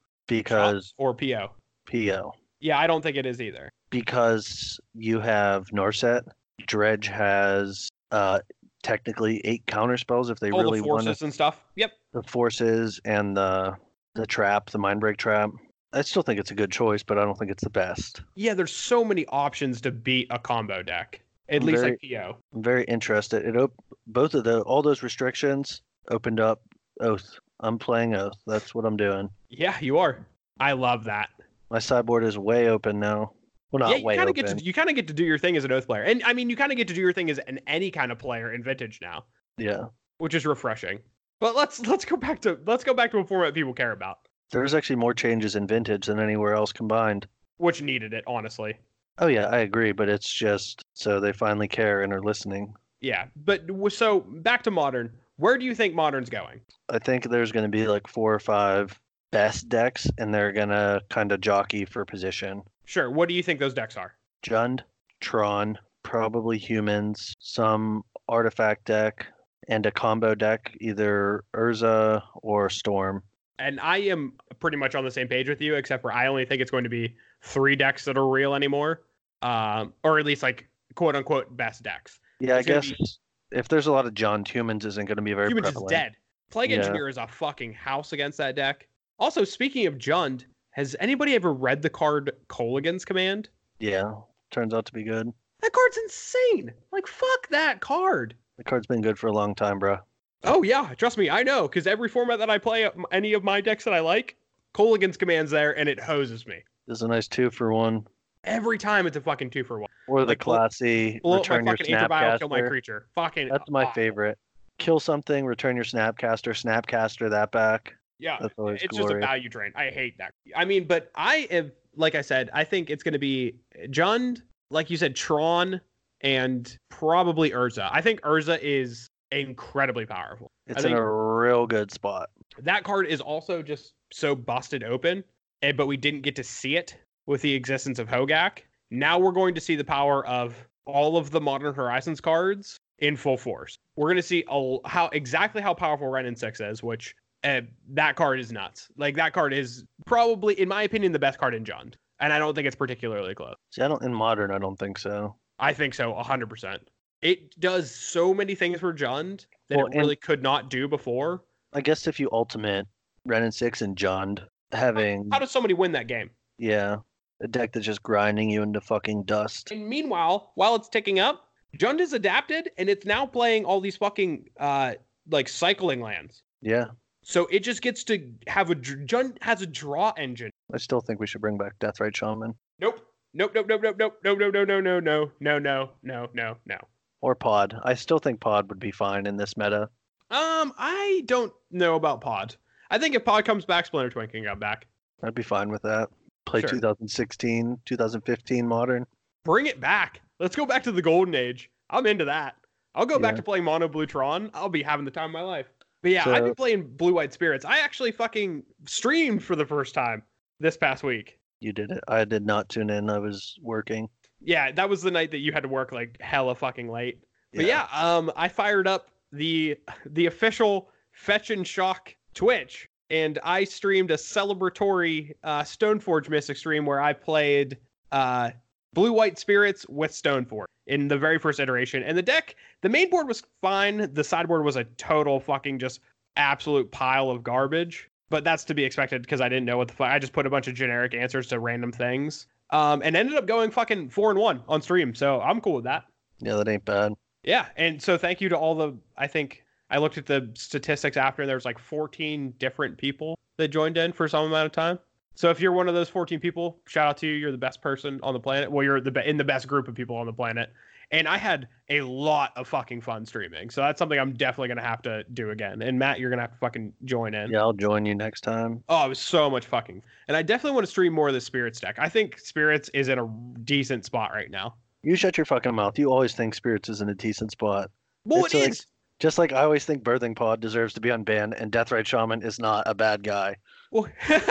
Shops because or PO. PO. Yeah, I don't think it is either. because you have Narset. Dredge has uh, technically eight counter spells if they All really the want forces and stuff. Yep. the forces and the the trap, the mind break trap. I still think it's a good choice, but I don't think it's the best. Yeah, there's so many options to beat a combo deck. At least Very- like PO. I'm very interested. It op- both of the all those restrictions opened up Oath. I'm playing Oath. That's what I'm doing. Yeah, you are. I love that. My sideboard is way open now. Well, not yeah, you way kind open. of get to you kind of get to do your thing as an oath player, and I mean, you kind of get to do your thing as an any kind of player in vintage now, yeah. which is refreshing. But let's let's go back to let's go back to a format people care about, There's actually more changes in vintage than anywhere else combined. which needed it honestly. Oh yeah, I agree, but it's just so they finally care and are listening. Yeah, but w- so back to modern. Where do you think modern's going? I think there's going to be like four or five best decks, and they're going to kind of jockey for position. Sure. What do you think those decks are? Jund, Tron, probably humans, some artifact deck, and a combo deck, either Urza or Storm. And I am pretty much on the same page with you, except for I only think it's going to be three decks that are real anymore, um, or at least like quote unquote best decks. Yeah, It's I gonna guess if there's a lot of Jund, humans isn't going to be very Humans prevalent. is dead. Plague Yeah. Engineer is a fucking house against that deck. Also, speaking of Jund, has anybody ever read the card Coligan's Command? Yeah, turns out to be good. That card's insane. Like, fuck that card. The card's been good for a long time, bro. Oh, yeah. Trust me, I know. Because every format that I play, any of my decks that I like, Coligan's Command's there and it hoses me. This is a nice two for one. Every time it's a fucking two for one. Or the Like, blow- classy Blow up my return your fucking Aether kill my snapcaster. creature. Fucking. That's my ah, favorite. Kill something, return your snapcaster, snapcaster that back. Yeah. That's always Uh, it's just a glory. value drain. I hate that. I mean, but I am like I said, I think it's going to be Jund, like you said, Tron, and probably Urza. I think Urza is incredibly powerful. It's think- in a real good spot. That card is also just so busted open, and, but we didn't get to see it with the existence of Hogak. Now we're going to see the power of all of the Modern Horizons cards in full force. We're going to see a, how exactly how powerful Ren and Six is, which uh, that card is nuts. Like that card is probably, in my opinion, the best card in Jund, and I don't think it's particularly close. See, I don't in modern. I don't think so. I think so, hundred percent. It does so many things for Jund that Well, it and- really could not do before. I guess if you ultimate Ren and Six and Jund, having How does somebody win that game? yeah a deck that's just grinding you into fucking dust. And meanwhile, while it's ticking up, Jund is adapted and it's now playing all these fucking uh like cycling lands. Yeah, So it just gets to have a dr- Jund has a draw engine I still think we should bring back Death Right Shaman Nope. Nope. Nope. Nope. Nope. Nope. No. No. No. No. No. No. No. No. No. No. No. or Pod. I still think Pod would be fine in this meta. Um, I don't know about Pod. I think if Pod comes back, Splinter Twin can come back. I'd be fine with that. Play Sure. 2016, 2015 modern. Bring it back. Let's go back to the Golden Age. I'm into that. I'll go back Yeah. to playing Mono Blue Tron. I'll be having the time of my life. But yeah, So- I've been playing Blue White Spirits. I actually fucking streamed for the first time this past week. You did it. I did not tune in. I was working. Yeah, that was the night that you had to work like hella fucking late. But yeah, um, I fired up the the official Fetch and Shock Twitch, and I streamed a celebratory uh, Stoneforge Mystic stream where I played uh, Blue White Spirits with Stoneforge in the very first iteration. And the deck, the main board was fine. The sideboard was a total fucking just absolute pile of garbage. But that's to be expected because I didn't know what the fuck. I just put a bunch of generic answers to random things, um, and ended up going fucking four and one on stream. So I'm cool with that. Yeah, that ain't bad. Yeah, and so thank you to all the. I think I looked at the statistics after, and there was like 14 different people that joined in for some amount of time. So if you're one of those 14 people, shout out to you. You're the best person on the planet. Well, you're the be- in the best group of people on the planet. And I had a lot of fucking fun streaming. So that's something I'm definitely gonna have to do again. And Matt, you're gonna have to fucking join in. Yeah, I'll join you next time. Oh, it was so much fucking. And I definitely want to stream more of the spirits deck. I think spirits is in a decent spot right now. You shut your fucking mouth. You always think Spirits is in a decent spot. Well, It's it like- is. Just like I always think Birthing Pod deserves to be unbanned and Death Right Shaman is not a bad guy. Well,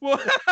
well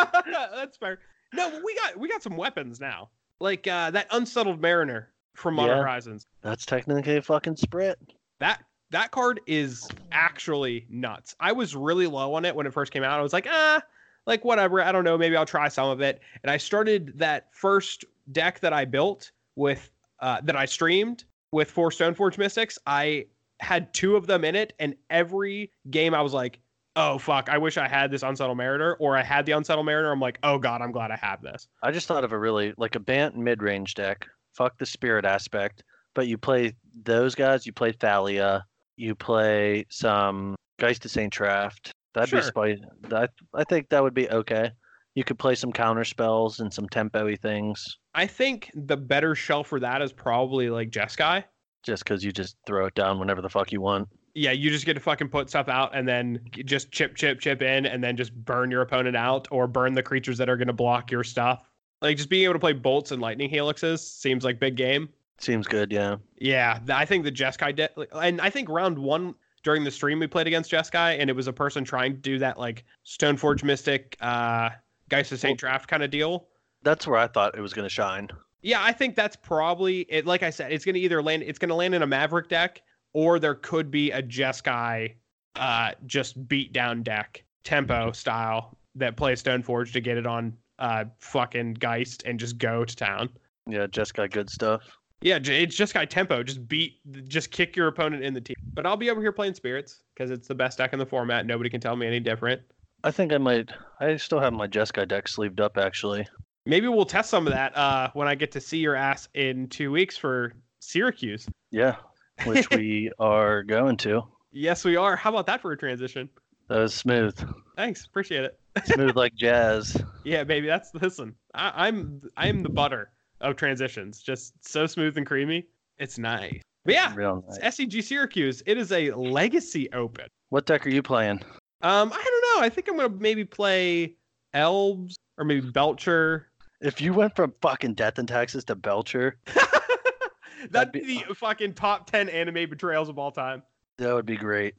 that's fair. No, but we got we got some weapons now. Like uh, that unsettled mariner from Modern Yeah. Horizons. That's technically a fucking sprit. That that card is actually nuts. I was really low on it when it first came out. I was like, ah, like whatever. I don't know. Maybe I'll try some of it. And I started that first deck that I built with uh, that I streamed with four Stoneforge Mystics. I had two of them in it, and every game I was like, oh fuck, I wish I had this Unsettled Mariner, or I had the Unsettled Mariner. I'm like, oh god, I'm glad I have this. I just thought of a really like a Bant mid range deck. Fuck the spirit aspect, but you play those guys. You play Thalia. You play some Geist of Saint Traft. That'd Sure. be spice. I I think that would be okay. You could play some counter spells and some tempo-y things, I think the better shell for that is probably like Jeskai. just because you just throw it down whenever the fuck you want. yeah, you just get to fucking put stuff out and then just chip, chip, chip in, and then just burn your opponent out or burn the creatures that are going to block your stuff. Like just being able to play bolts and lightning helixes seems like big game. Seems good, yeah. Yeah, th- I think the Jeskai deck, and I think round one during the stream we played against Jeskai, and it was a person trying to do that like Stoneforge Mystic, uh, Geist of Saint Draft kind of deal. That's where I thought it was gonna shine. Yeah, I think that's probably it. Like I said, it's going to either land, it's going to land in a Maverick deck, or there could be a Jeskai, uh, just beat down deck tempo style that plays Stoneforge to get it on uh fucking Geist and just go to town. Yeah, just got good stuff. Yeah, j- it's Jeskai tempo. Just beat, just kick your opponent in the teeth. But I'll be over here playing Spirits because it's the best deck in the format. Nobody can tell me any different. I think I might. I still have my Jeskai deck sleeved up actually. Maybe we'll test some of that uh when I get to see your ass in two weeks for Syracuse. Yeah, which we are going to. Yes, we are. How about that for a transition? That was smooth. Thanks, appreciate it. smooth like jazz. Yeah, baby, that's listen. I, I'm I'm the butter of transitions, just so smooth and creamy. It's nice. But yeah, Real nice. it's SEG Syracuse. It is a legacy open. What deck are you playing? Um, I don't know. I think I'm gonna maybe play Elves or maybe Belcher. If you went from fucking Death and Taxes to Belcher, That'd That'd be be- the fucking top ten anime betrayals of all time. that would be great.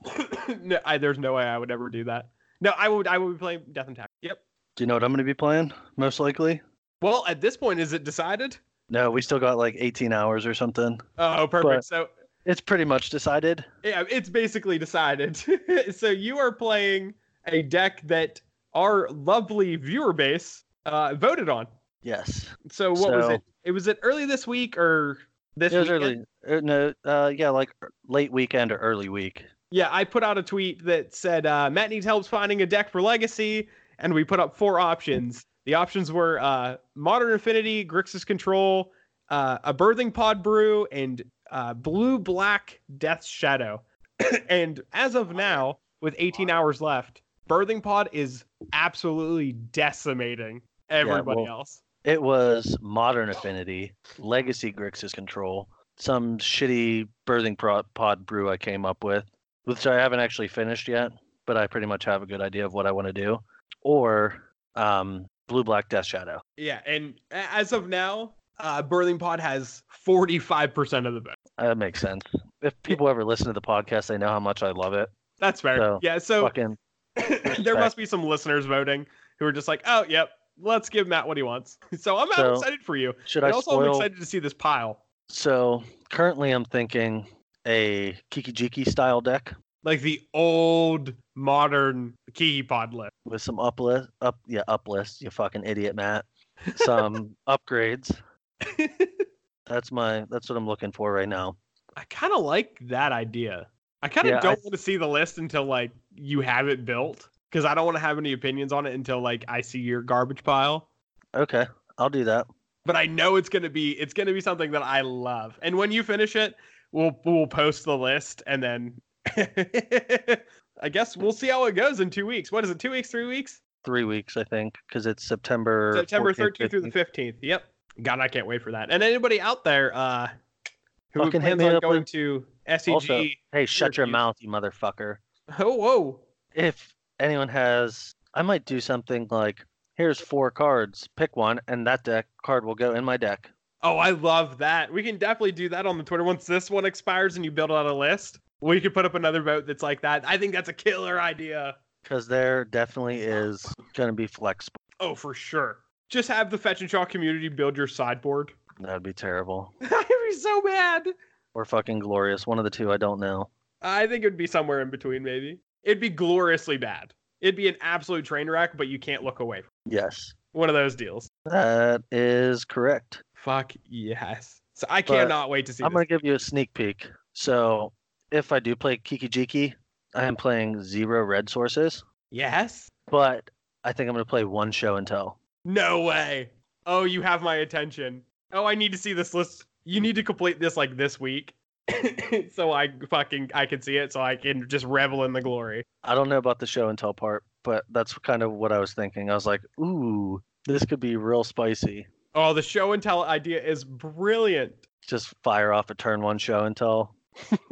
no, I, there's no way I would ever do that. No, I would. I would be playing Death and Tax. Yep. Do you know what I'm going to be playing? Most likely. Well, at this point, is it decided? No, we still got like 18 hours or something. Oh, perfect. But- so It's pretty much decided. Yeah, it's basically decided. so you are playing a deck that our lovely viewer base uh, voted on. Yes. So what was So- it? It was it early this week or this it was weekend? early. uh, No, uh, yeah, like er- late weekend or early week. Yeah, I put out a tweet that said uh, Matt needs help finding a deck for Legacy, and we put up four options. The options were uh, Modern Infinity, Grixis Control, uh, a Birthing Pod Brew, and uh, Blue Black Death's Shadow. and as of now, with 18 hours left, birthing pod is absolutely decimating everybody well- else. It was Modern Affinity, Legacy Grixis Control, some shitty birthing pro- pod brew I came up with, which I haven't actually finished yet, but I pretty much have a good idea of what I want to do. Or um, Blue Black Death Shadow. Yeah, and a- as of now, uh, birthing pod has 45% of the vote. That makes sense. If people ever listen to the podcast, they know how much I love it. That's fair. So, yeah, so Fucking there must be some listeners voting who are just like, oh, yep, let's give Matt what he wants. So I'm So, excited for you. should And I also, spoil? I'm excited to see this pile, So currently, I'm thinking a Kikijiki style deck like the old modern Kiki pod list. with some uplift, up yeah, uplist. You fucking idiot, Matt. Some upgrades. That's my. That's what I'm looking for right now. I kind of like that idea. I kind of Yeah, I- don't want to see the list until like you have it built because I don't want to have any opinions on it until like I see your garbage pile. Okay, I'll do that. But I know it's gonna be it's gonna be something that I love. And when you finish it, we'll we'll post the list and then I guess we'll see how it goes in two weeks. What is it? Two weeks? Three weeks? Three weeks, I think, because it's September. September 14th, 13th through the 15th. Yep. God, I can't wait for that. And anybody out there uh, who Fucking plans hit me on up going with- to E SEG? Also- Hey, shut your Interviews. mouth, you motherfucker. Oh, whoa. If anyone has, I might do something like, here's four cards, pick one, and that deck card will go in my deck. Oh, I love that. We can definitely do that on the Twitter once this one expires and you build out a list. We could put up another vote that's like that. I think that's a killer idea. Because there definitely is going to be flexible. Oh, for sure. Just have the Fetch and Shaw community build your sideboard. That'd be terrible. I'd be so mad. Or fucking glorious. One of the two, I don't know. I think it'd be somewhere in between, maybe. It'd be gloriously bad. It'd be an absolute train wreck, but you can't look away. Yes, One of those deals. that is correct. Fuck yes. So I But cannot wait to see I'm this. going to give you a sneak peek. So if I do play Kiki Jiki, I am playing zero red sources, Yes? but I think I'm going to play one show and tell. No way. Oh, you have my attention. Oh, I need to see this list. You need to complete this like this week. so I fucking I can see it so I can just revel in the glory. I don't know about the show and tell part, but that's kind of what I was thinking. I was like, ooh, this could be real spicy. Oh, the show and tell idea is brilliant. Just fire off a turn one show and tell,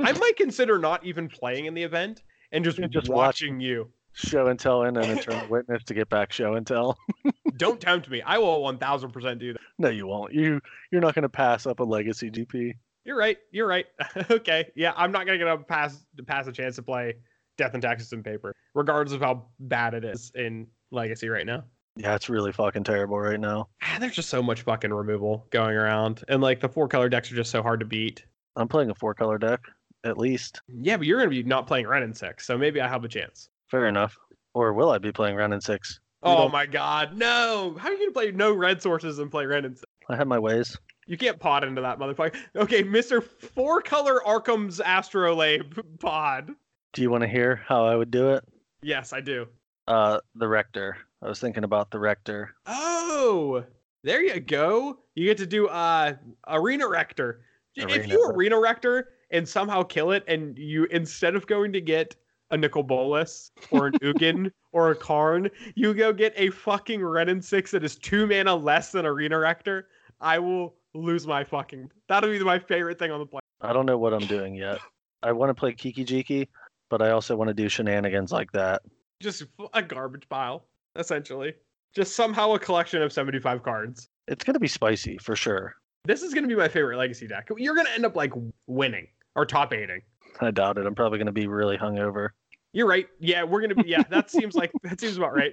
I might consider not even playing in the event and just, Just watching you. show and tell in, and then turn witness to get back show and tell. Don't tempt me. I will 1000% do that. No, you won't. You you're not going to pass up a legacy GP. You're right. You're right. okay. Yeah, I'm not going to get a pass pass a chance to play Death and Taxes and Paper, regardless of how bad it is in Legacy right now. Yeah, it's really fucking terrible right now. Ah, there's just so much fucking removal going around, and like the four color decks are just so hard to beat. I'm playing a four color deck at least. Yeah, but you're gonna be not playing Ren and Six, so maybe I have a chance. Fair enough. Or will I be playing round in six? We Oh don't- my god, no! How are you gonna play no red sources and play Ren and Six? I have my ways. You can't pod into that motherfucker. Okay, Mister Four Color Arkham's Astrolabe pod. Do you want to hear how I would do it? Yes, I do. Uh, the Rector. I was thinking about the Rector. Oh, there you go. You get to do uh arena rector. J- if Arena you Rec- arena rector and somehow kill it, and you instead of going to get a Nicol Bolas or an Ugin or a Karn, you go get a fucking Renin six that is two mana less than arena rector. I will lose my fucking. That'll be my favorite thing on the planet. I don't know what I'm doing yet. I want to play Kiki Jiki, but I also want to do shenanigans like that. Just f- a garbage pile, essentially. Just somehow a collection of seventy five cards. It's going to be spicy for sure. This is going to be my favorite legacy deck. You're going to end up like winning or top eighting. I doubt it. I'm probably going to be really hungover. You're right. Yeah, we're going to be. Yeah, that seems like that seems about right.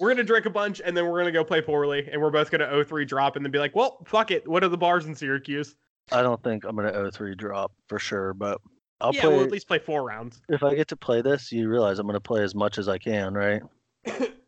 We're going to drink a bunch and then we're going to go play poorly and we're both going to 03 drop and then be like, well, fuck it. What are the bars in Syracuse? I don't think I'm going to 03 drop for sure, but I'll yeah, play. we'll at least play four rounds. if I get to play this, you realize I'm going to play as much as I can, right?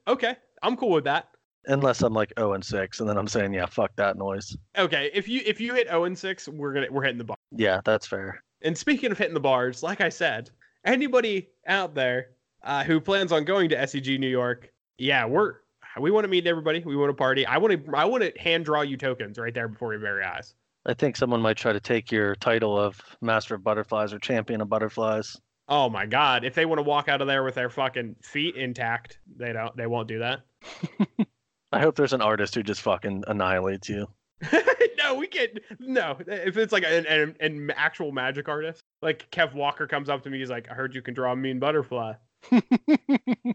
Okay, I'm cool with that. Unless I'm like 0 and 6, and then I'm saying, yeah, fuck that noise. Okay, if you if you hit 0 and 6, we're gonna we're hitting the bar. Yeah, that's fair. And speaking of hitting the bars, like I said, anybody out there uh, who plans on going to SEG New York, yeah, we're we want to meet everybody. We want to party. I want to I want to hand draw you tokens right there before your very eyes. I think someone might try to take your title of Master of Butterflies or Champion of Butterflies. Oh my god! If they want to walk out of there with their fucking feet intact, they don't. They won't do that. I hope there's an artist who just fucking annihilates you. no, we can't. No, if it's like an, an an actual magic artist, like Kev Walker comes up to me, he's like, "I heard you can draw a mean butterfly."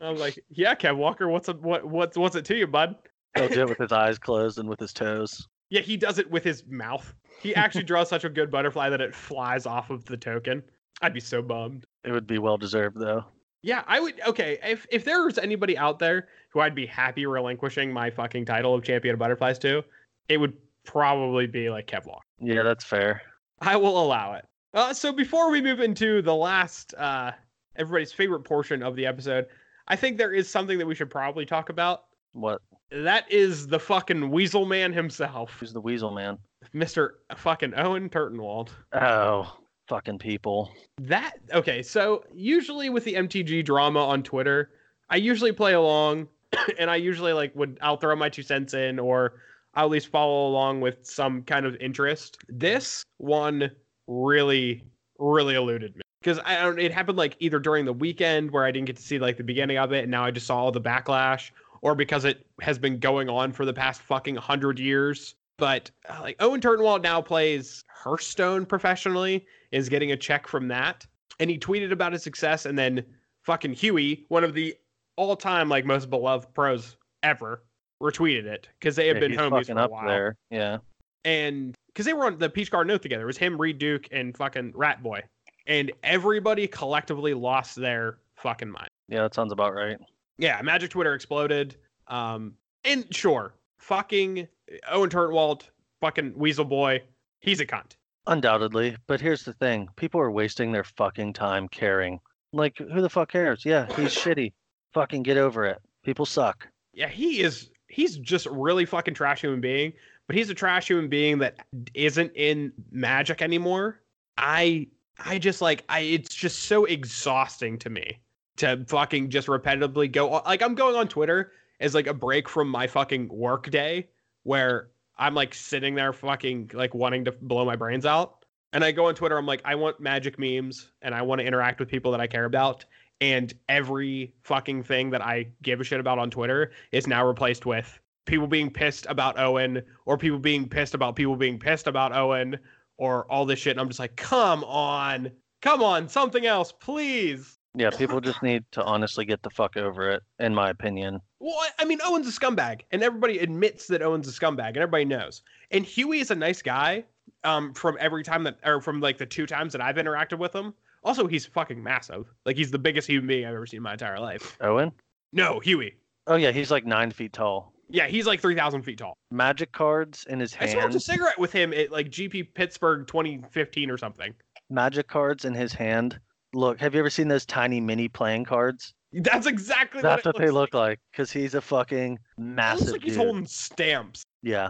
I'm like, "Yeah, Kev Walker, what's it, what what's what's it to you, bud?" He'll do it with his eyes closed and with his toes. Yeah, he does it with his mouth. He actually draws such a good butterfly that it flies off of the token. I'd be so bummed. It would be well deserved though. Yeah, I would. Okay, if if there was anybody out there who I'd be happy relinquishing my fucking title of champion of butterflies to, it would probably be like Kev Walker. Yeah, that's fair. I will allow it. Uh, so before we move into the last uh, everybody's favorite portion of the episode, I think there is something that we should probably talk about. What? That is the fucking Weasel Man himself, Who's the weasel man? Mister fucking Owen Turtenwald. Oh, fucking people. That okay, so usually with the MTG drama on Twitter, I usually play along and I usually like would I'll throw my two cents in or I'll at least follow along with some kind of interest. This one really really eluded me because I don't it happened like either during the weekend where I didn't get to see like the beginning of it and now I just saw all the backlash or because it has been going on for the past fucking 100 years. But uh, like Owen Turnwald now plays Hearthstone professionally is getting a check from that. And he tweeted about his success, and then fucking Huey, one of the all time like most beloved pros ever, retweeted it because they had Yeah, been he's homies fucking for a up while. there. Yeah. And because they were on the Peach Garden Oath together, it was him, Reed Duke, and fucking Rat Boy, and everybody collectively lost their fucking mind. Yeah, that sounds about right. Yeah, Magic Twitter exploded. Um, and sure, fucking Owen Turnwald, fucking Weasel Boy, he's a cunt. Undoubtedly. But here's the thing people are wasting their fucking time caring. Like, who the fuck cares? Yeah, he's shitty. Fucking get over it. People suck. yeah, he is. He's just really fucking trash human being. But he's a trash human being that isn't in magic anymore. I I just like I. It's just so exhausting to me to fucking just repetitively go on- like I'm going on Twitter as like a break from my fucking work day where I'm like sitting there fucking like wanting to blow my brains out. And I go on Twitter. I'm like, I want magic memes and I want to interact with people that I care about and every fucking thing that I give a shit about on Twitter is now replaced with people being pissed about Owen or people being pissed about people being pissed about Owen or all this shit. And I'm just like, come on, come on, something else, please. Yeah, people just need to honestly get the fuck over it, in my opinion. Well, I- I mean, Owen's a scumbag, and everybody admits that Owen's a scumbag, and everybody knows. And Huey is a nice guy. Um, from every time that, or from like the two times that I've interacted with him. Also, he's fucking massive. Like he's the biggest human being I've ever seen in my entire life. Owen? No, Huey. Oh, yeah, he's like nine feet tall. Yeah, he's like three thousand feet tall. Magic cards in his I smoked a hand. cigarette with him at like GP Pittsburgh 2015 or something. Magic cards in his hand. Look, have you ever seen those tiny mini playing cards? That's exactly That's what, what it they looks look like, because he's a fucking like. It massive looks like he's dude. holding stamps. Yeah,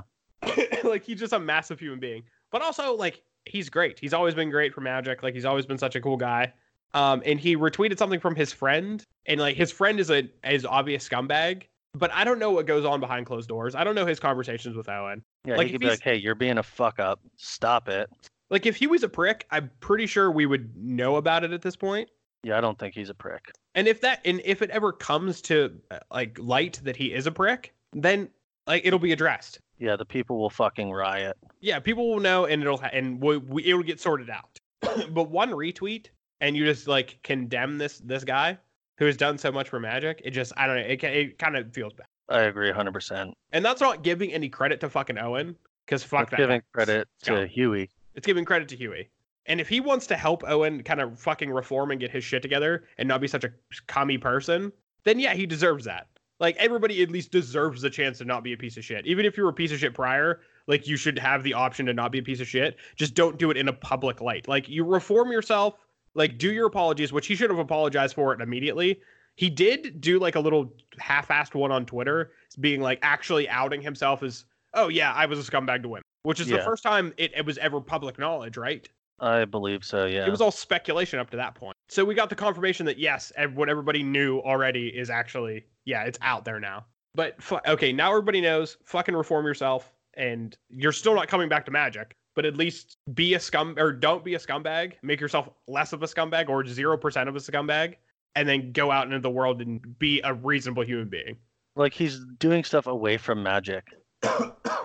like he's just a massive human being. But also like he's great. He's always been great for Magic. Like he's always been such a cool guy. Um, and he retweeted something from his friend, and like his friend is a is obvious scumbag. But I don't know what goes on behind closed doors. I don't know his conversations with Owen. yeah. Like, if he could be he's- like, "Hey, you're being a fuck up. Stop it." Like if he was a prick, I'm pretty sure we would know about it at this point. Yeah, I don't think he's a prick. and if that and if it ever comes to uh, like light that he is a prick then like it'll be addressed Yeah, the people will fucking riot. yeah people will know and it'll ha- and we, we, it'll get sorted out but one retweet and you just like condemn this this guy who has done so much for magic it just i don't know it, ca- it kind of feels bad I agree 100%. and that's not giving any credit to fucking owen because fuck That's that giving guy. credit to Yeah. Huey. it's giving credit to huey and if he wants to help owen kind of fucking reform and get his shit together and not be such a commie person then yeah, he deserves that. Like everybody at least deserves the chance to not be a piece of shit. Even if you were a piece of shit prior, like you should have the option to not be a piece of shit. Just don't do it in a public light. Like you reform yourself, like do your apologies, which he should have apologized for it immediately. He did do like a little half-assed one on Twitter, being like actually outing himself as, "Oh yeah, I was a scumbag to women," which is the Yeah. first time it, it was ever public knowledge, right? I believe so, yeah. It was all speculation up to that point. So we got the confirmation that yes, ev- what everybody knew already is actually yeah, it's out there now. But fu- okay, now everybody knows. Fucking reform yourself, and you're still not coming back to Magic. but at least be a scum or don't be a scumbag. Make yourself less of a scumbag or zero percent of a scumbag, and then go out into the world and be a reasonable human being. Like he's doing stuff away from magic,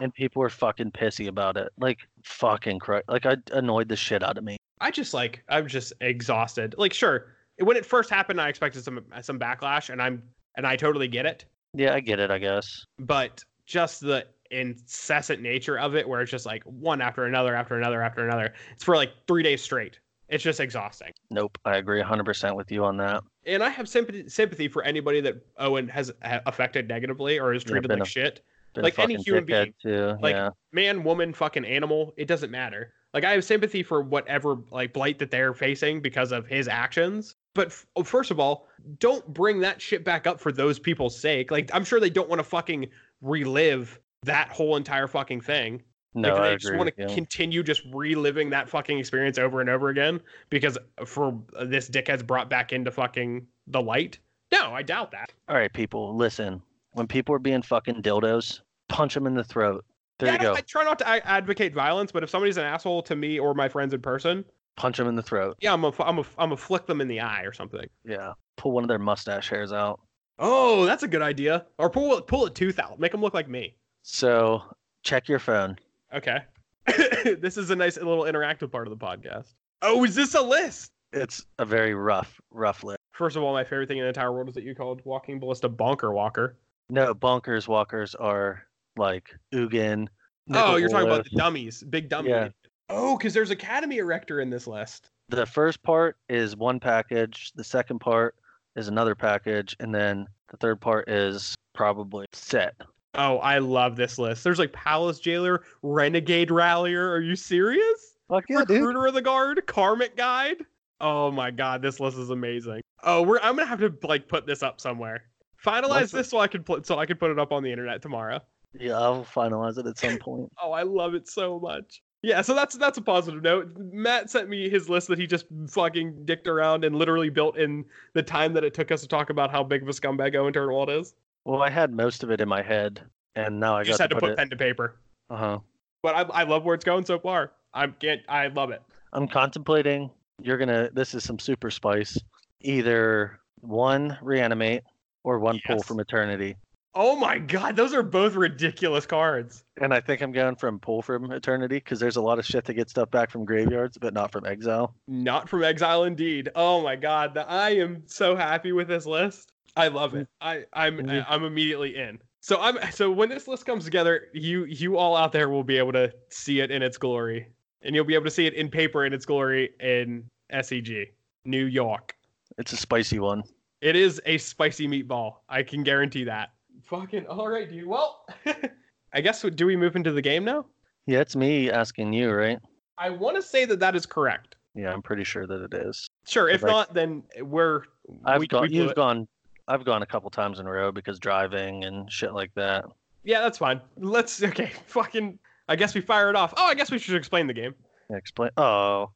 and people are fucking pissy about it. Like fucking Christ. Like I annoyed the shit out of me. I just like I'm just exhausted. Like sure, when it first happened, I expected some some backlash, and I'm and I totally get it. Yeah, I get it. I guess. But just the incessant nature of it, where it's just like one after another after another after another. It's for like three days straight. It's just exhausting. Nope. I agree 100% with you on that. And I have sympathy sympathy for anybody that Owen has ha- affected negatively or is Yeah, treated been like a- shit. Been a Like any fucking human dickhead, Too. Like, yeah. man, woman, fucking animal, it doesn't matter. Like I have sympathy for whatever like blight that they're facing because of his actions. But f- oh, first of all, don't bring that shit back up for those people's sake. Like I'm sure they don't want to fucking relive that whole entire fucking thing. No, like, I they agree. just want with to you. continue just reliving that fucking experience over and over again because for uh, this dickhead's brought back into fucking the light. No, I doubt that. All right, people, listen. When people are being fucking dildos, punch them in the throat. There Yeah, you go. I try not to a- advocate violence, but if somebody's an asshole to me or my friends in person, Punch them in the throat. Yeah, I'm a, I'm a, I'm a flick them in the eye or something. Yeah. Pull one of their mustache hairs out. Oh, that's a good idea. Or pull pull a tooth out, make them look like me. So check your phone. Okay, this is a nice little interactive part of the podcast. Oh, is this a list? It's a very rough, rough list. First of all, my favorite thing in the entire world is that you called walking ballista bonker walker. No, bonkers walkers are like Ugin. Oh, you're talking about Nicola. the dummies, big dummy. Yeah. Oh, because there's Academy Erector in this list. the first part is one package the second part is another package and then the third part is probably set Oh, I love this list. There's like Palace Jailer, Renegade Rallier. Are you serious? fuck recruiter of the guard, karmic guide. Oh my god, this list is amazing. Oh, we're I'm gonna have to like put this up somewhere. Finalize What's this so I can put so I can put it up on the internet tomorrow. yeah i'll finalize it at some point Oh, I love it so much. Yeah, so that's that's a positive note. Matt sent me his list that he just fucking dicked around and literally built in the time that it took us to talk about how big of a scumbag Owen Turnwald is. well i had most of it in my head and now i I got just to had to put, put it pen to paper. uh-huh But I, I love where it's going so far. I can't I love it. i'm contemplating you're gonna this is some super spice either one reanimate or one pull Yes. from eternity Oh my god, those are both ridiculous cards. and i think i'm going from pull from eternity because there's a lot of shit to get stuff back from graveyards but not from exile Not from Exile, indeed. Oh my God, the, I am so happy with this list. I love it. I, I'm Mhm. I'm immediately in. So I'm so when this list comes together, you you all out there will be able to see it in its glory, and you'll be able to see it in paper in its glory in SEG New York. it's a spicy one It is a spicy meatball. I can guarantee that. Fucking all right, dude. Well, I guess do we move into the game now? Yeah, it's me asking you, right? I want to say that that is correct. Yeah, I'm pretty sure that it is. Sure. If Like- not, then we're I've we- gone. we blew you've it. gone. I've gone a couple times in a row because driving and shit like that. Yeah, that's fine. Let's okay. Fucking. I guess we fire it off. Oh, I guess we should explain the game. Explain. Oh,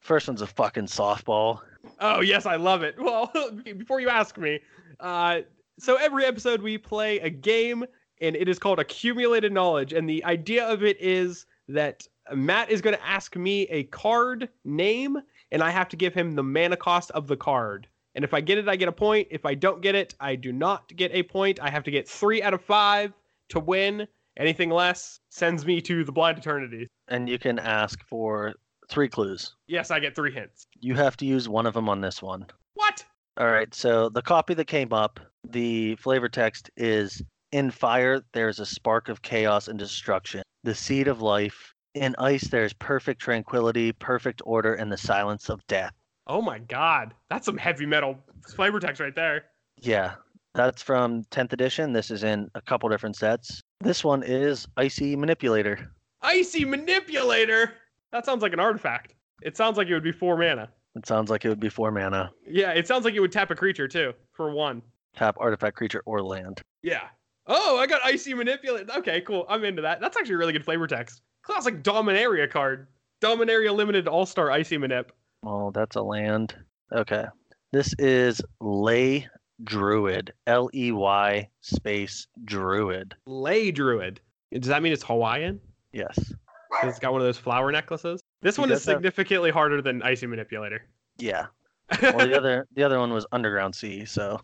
first one's a fucking softball. Oh yes, I love it. Well, before you ask me, uh, so every episode we play a game, and it is called Accumulated Knowledge, and the idea of it is that Matt is going to ask me a card name, and I have to give him the mana cost of the card. And if I get it, I get a point. If I don't get it, I do not get a point. I have to get three out of five to win. Anything less sends me to the blind eternity. And you can ask for three clues. Yes, I get three hints. You have to use one of them on this one. What? All right. So the copy that came up, the flavor text is In fire, there's a spark of chaos and destruction, the seed of life. In ice, there's perfect tranquility, perfect order, and the silence of death. Oh my god, that's some heavy metal flavor text right there. Yeah, that's from 10th edition. This is in a couple different sets. This one is Icy Manipulator. Icy manipulator. That sounds like an artifact. It sounds like it would be four mana. It sounds like it would be four mana. Yeah, it sounds like it would tap a creature too for one. Tap artifact, creature, or land. Yeah. Oh, I got icy manipulator. Okay, cool. I'm into that. That's actually a really good flavor text. Classic Dominaria card. Dominaria limited all star icy manip. Oh, that's a land. Okay. This is Lay Druid. L E Y space Druid. Lay druid. Does that mean it's Hawaiian? Yes. He's got one of those flower necklaces. This He one is does have- significantly harder than Icy Manipulator. Yeah. Well, the other the other one was Underground Sea, so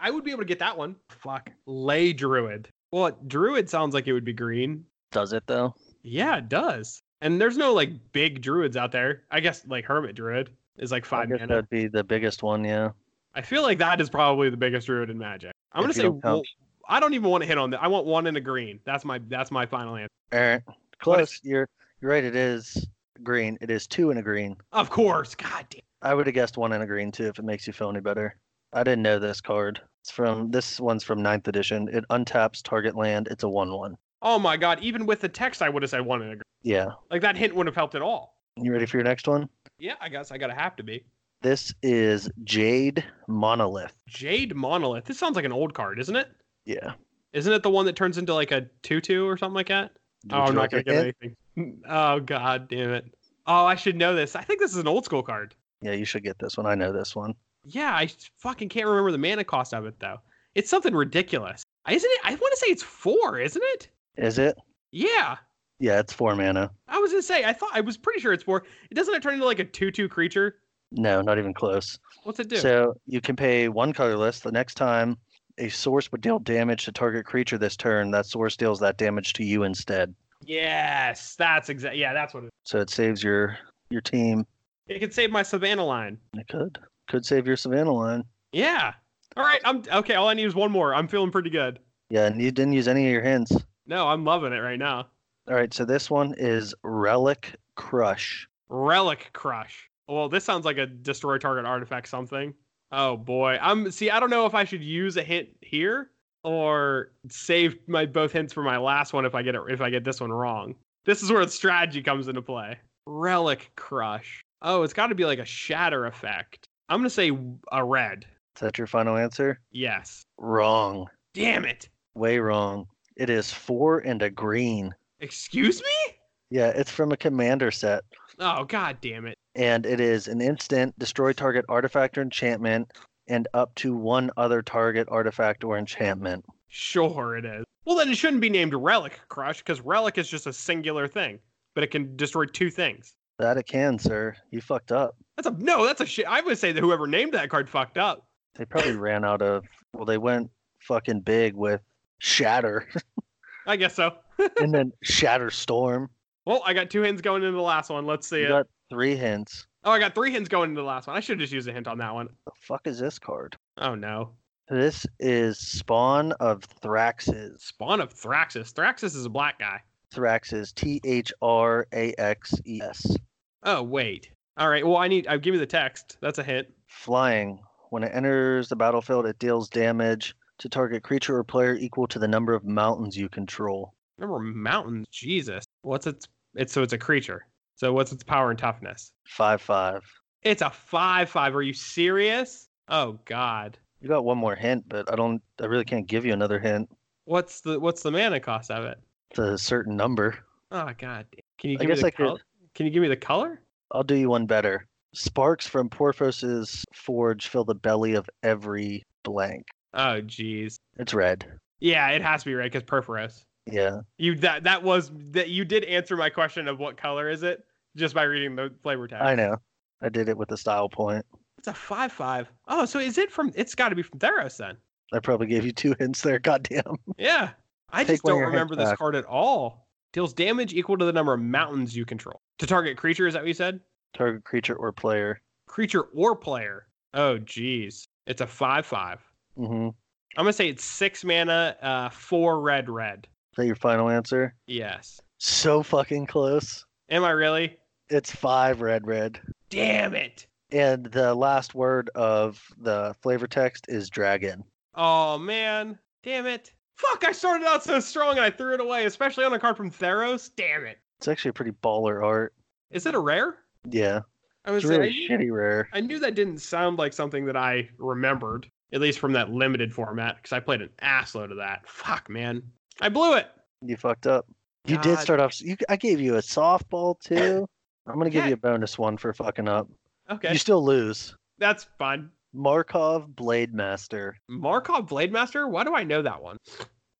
I would be able to get that one. Fuck. Lay Druid. Well, Druid sounds like it would be green. does it though? Yeah, it does. And there's no like big druids out there. I guess like Hermit Druid is like I five guess mana. that'd be the biggest one, yeah. I feel like that is probably the biggest druid in Magic. I'm If gonna you say don't count- wo- I don't even want to hit on that. I want one in a green. That's my that's my final answer. All right. Close. You're you're right, it is green. It is two in a green. Of course. God damn. I would have guessed one in a green too if it makes you feel any better. I didn't know this card. It's from this one's from ninth edition. It untaps target land. It's a one one. Oh my god. Even with the text, I would have said one in a green. Yeah. Like that hint wouldn't have helped at all. You ready for your next one? Yeah, I guess I gotta have to be This is Jade Monolith. Jade Monolith. This sounds like an old card, isn't it? Yeah. Isn't it the one that turns into like a tutu or something like that? Would Oh, you I'm not like gonna a get hint? anything. Oh god damn it. Oh, I should know this. I think this is an old school card. Yeah, you should get this one. I know this one. Yeah, I s- fucking can't remember the mana cost of it though. It's something ridiculous, isn't it? I want to say it's four, isn't it? Is it? Yeah, Yeah, it's four mana. I was gonna say. I thought I was pretty sure it's four. It doesn't it turn into like a two-two creature? No, not even close. What's it do? So you can pay one colorless. The next time a source would deal damage to target creature this turn, that source deals that damage to you instead. yes, that's exact. Yeah, that's what it. So it saves your your team. It could save my Savannah line. It could could save your Savannah line. Yeah. All right. I'm okay. All I need is one more. I'm feeling pretty good. Yeah, and you didn't use any of your hints. No, I'm loving it right now. All right, so this one is Relic Crush. Relic Crush. Well, this sounds like a destroy target artifact something. Oh boy. I'm see, I don't know if I should use a hint here or save my both hints for my last one if I get it if I get this one wrong. This is where the strategy comes into play. Relic Crush. Oh, it's got to be like a shatter effect. I'm going to say a red. Is that your final answer? Yes. Wrong. Damn it. Way wrong. It is four and a green. Excuse me? Yeah, it's from a commander set. Oh god damn it. and it is an instant destroy target artifact or enchantment and up to one other target artifact or enchantment. Sure it is. Well, then it shouldn't be named Relic Crush because Relic is just a singular thing, but it can destroy two things. That it can, sir. You fucked up. That's a no. That's a shit. I would say that whoever named that card fucked up. They probably ran out of well, they went fucking big with Shatter I guess so. and then Shatter Storm. Well, I got two hints going into the last one. Let's see You it. got three hints. oh, I got three hints going into the last one. I should just use a hint on that one. The fuck is this card? Oh no. This is Spawn of Thraxes. Spawn of Thraxus. Thraxus is a black guy. Thraxes, T H R A X E S. Oh wait. All right. Well, I need. I give me the text. That's a hint. Flying. When it enters the battlefield, it deals damage to target creature or player equal to the number of mountains you control. Remember mountains. Jesus. What's its? It's so it's a creature. So what's its power and toughness? 5 5. It's a five five. Are you serious? Oh God. You got one more hint, but I don't, I really can't give you another hint. What's the what's the mana cost of it? It's a certain number. Oh God. Can you give I me guess the I could- color? Can you give me the color? I'll do you one better. Sparks from Porphos's forge fill the belly of every blank. Oh jeez. It's red. Yeah, it has to be red because Perforos. Yeah. You that that was that you did answer my question of what color is it just by reading the flavor text. I know. I did it with a style point. It's a five five. Oh, so is it from? It's got to be from Theros then. I probably gave you two hints there. Goddamn. Yeah, I Take just one of don't your hands remember this back. card at all. Deals damage equal to the number of mountains you control to target creature. Is that what you said? Target creature or player. Creature or player. Oh jeez, it's a five five. Mm-hmm. Is I'm gonna say it's six mana, uh, four red red. that your final answer? Yes. So fucking close. Am I really? It's five red red. Damn it. And the last word of the flavor text is dragon. Oh man, damn it! Fuck! I started out so strong and I threw it away, especially on a card from Theros. Damn it! It's actually a pretty baller art. Is it a rare? Yeah. I was It's saying, really I, knew, shitty rare. I knew that didn't sound like something that I remembered, at least from that limited format, because I played an assload of that. Fuck, man, I blew it. You fucked up. You did God. start off you, I gave you a softball too. I'm gonna give Yeah. you a bonus one for fucking up. Okay, You still lose. that's fine. Markov Blade Master. Markov Blade Master. Why do I know that one?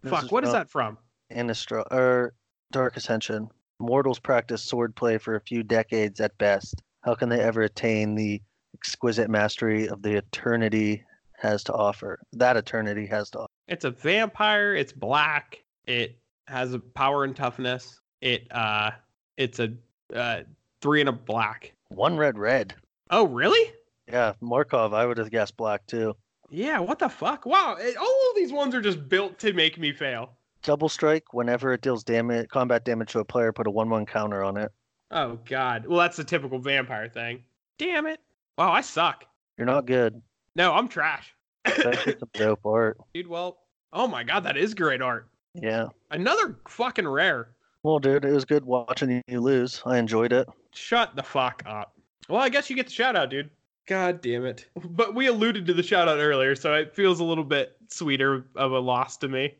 This Fuck! is What is from that from? Anastra or Dark Ascension. Mortals practice swordplay for a few decades at best. How can they ever attain the exquisite mastery of the eternity has to offer? That eternity has to offer. It's a vampire. It's black. It has a power and toughness. It uh, it's a uh, three and a black. One red, red. Oh, really? Yeah, Markov. I would have guessed black too. Yeah. What the fuck? Wow. It, all of these ones are just built to make me fail. Double strike. Whenever it deals damage, combat damage to a player, put a one-one counter on it. Oh God. Well, that's the typical vampire thing. Damn it. Wow, I suck. You're not good. No, I'm trash. That's just some dope art. Dude, well, oh my God, that is great art. Yeah. Another fucking rare. Well, dude, it was good watching you lose. I enjoyed it. Shut the fuck up. Well, I guess you get the shout out, dude. God damn it. But we alluded to the shout out earlier, so it feels a little bit sweeter of a loss to me.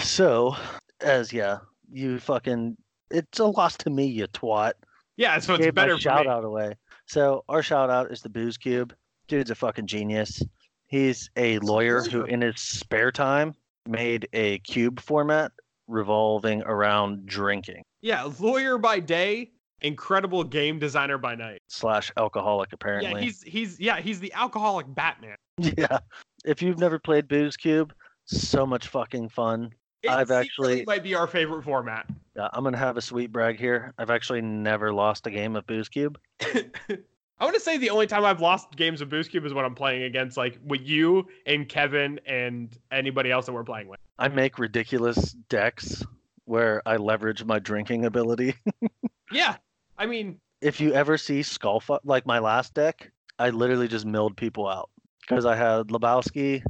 So, as yeah, you fucking, it's a loss to me, you twat. Yeah, so it's Gave my better for shout me. out away. So our shout out is the Booze Cube. Dude's a fucking genius. He's a lawyer who, in his spare time, made a cube format revolving around drinking Yeah, lawyer by day, incredible game designer by night. slash alcoholic. Apparently, Yeah, he's he's yeah, he's the alcoholic Batman. Yeah. If you've never played Booze Cube, so much fucking fun. It I've secretly actually- might be our favorite format. Uh, I'm gonna have a sweet brag here. I've actually never lost a game of Booze Cube. I want to say the only time I've lost games of Boost Cube is when I'm playing against like with you and Kevin and anybody else that we're playing with. I make ridiculous decks where I leverage my drinking ability. Yeah, I mean, if you ever see Skullfuck, like my last deck, I literally just milled people out because I had Lebowski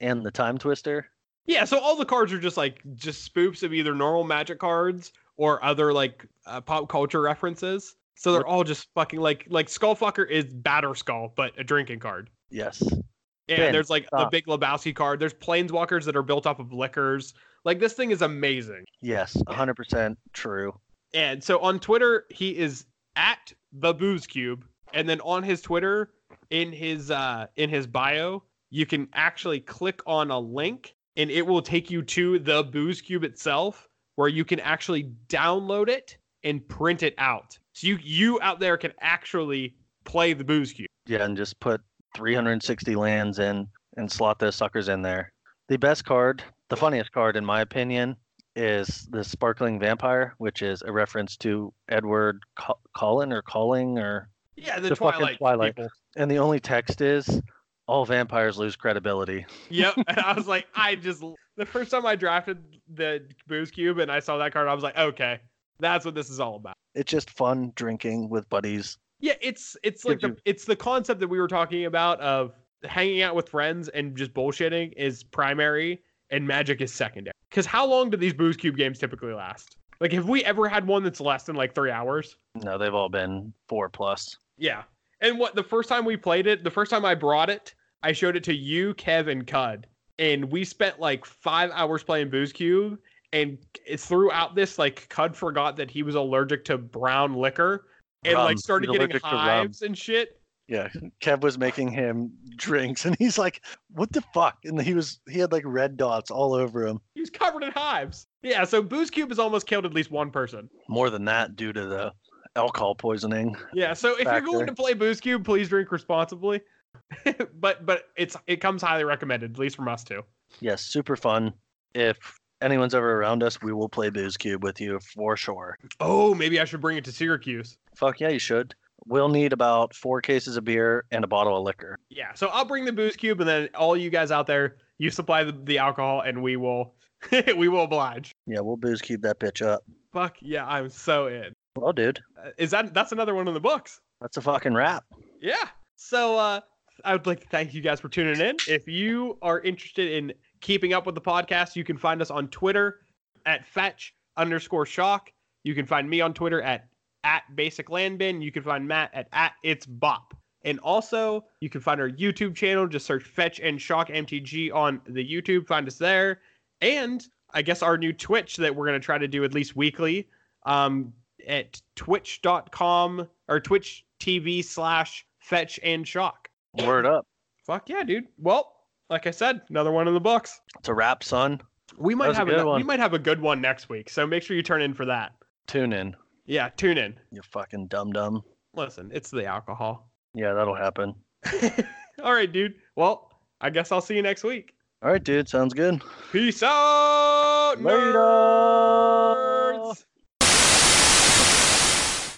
and the Time Twister. yeah. So all the cards are just like just spoofs of either normal Magic cards or other like uh, pop culture references. So they're all just fucking like like Skullfucker is Batter Skull, but a drinking card. Yes. And Ben, there's like the stop. Big Lebowski card. There's Planeswalkers that are built off of liquors. Like this thing is amazing. Yes. 100% true. And so on Twitter, he is at the booze cube. And then on his Twitter, in his uh in his bio, you can actually click on a link and it will take you to the booze cube itself where you can actually download it and print it out. So you you out there can actually play the booze cube. Yeah. And just put 360 lands in and slot those suckers in there. The best card, the funniest card, in my opinion, is the Sparkling Vampire, which is a reference to Edward Co- Collin or Calling or Yeah, the, The fucking Twilight. Twilight. people. and the only text is all vampires lose credibility. yep. And I was like, I just the first time I drafted the booze cube and I saw that card, I was like, okay, that's what this is all about. It's just fun drinking with buddies. Yeah, it's it's like Gives the it's the concept that we were talking about of hanging out with friends and just bullshitting is primary and magic is secondary. Because how long do these booze cube games typically last? Like, have we ever had one that's less than like three hours? No, they've all been four plus. Yeah. And what the first time we played it, the first time I brought it, I showed it to you, Kev, and Cud, and we spent like five hours playing booze cube. And it- throughout this, like Cud forgot that he was allergic to brown liquor and Rum. like started He's getting allergic to rum. hives and shit. Yeah, Kev was making him drinks, and he's like, "What the fuck?" And he was he had like red dots all over him. He was covered in hives. Yeah, so Booze Cube has almost killed at least one person. More than that, due to the alcohol poisoning. Yeah, so if Factor. you're going to play Booze Cube, please drink responsibly. but but it's it comes highly recommended, at least from us too. Yes, super fun. If anyone's ever around us, we will play Booze Cube with you for sure. Oh, maybe I should bring it to Syracuse. Fuck yeah, you should. We'll need about four cases of beer and a bottle of liquor. Yeah, so I'll bring the Booze Cube, and then all you guys out there, you supply the, the alcohol, and we will we will oblige. Yeah, we'll Booze Cube that bitch up. Fuck yeah, I'm so in. Well, dude, Uh, Is that that's another one in the books? that's a fucking wrap. Yeah. So uh, I would like to thank you guys for tuning in. If you are interested in keeping up with the podcast, you can find us on Twitter at fetch underscore shock. You can find me on Twitter at at basic landbin. You can find Matt at at it's bop. And also, you can find our YouTube channel. Just search Fetch and Shock MTG on the YouTube. Find us there. And I guess our new Twitch that we're going to try to do at least weekly um, at twitch.com or twitch TV slash fetch and shock. Word up. Fuck yeah, dude. Well, like I said, another one in the books. It's a wrap, son. We That might was a have good a, we one. might have a good one next week. So make sure you turn in for that. Tune in. Yeah, tune in. You fucking dum dum. Listen, it's the alcohol. Yeah, that'll happen. All right, dude. Well, I guess I'll see you next week. All right, dude. Sounds good. Peace out. Later. nerds!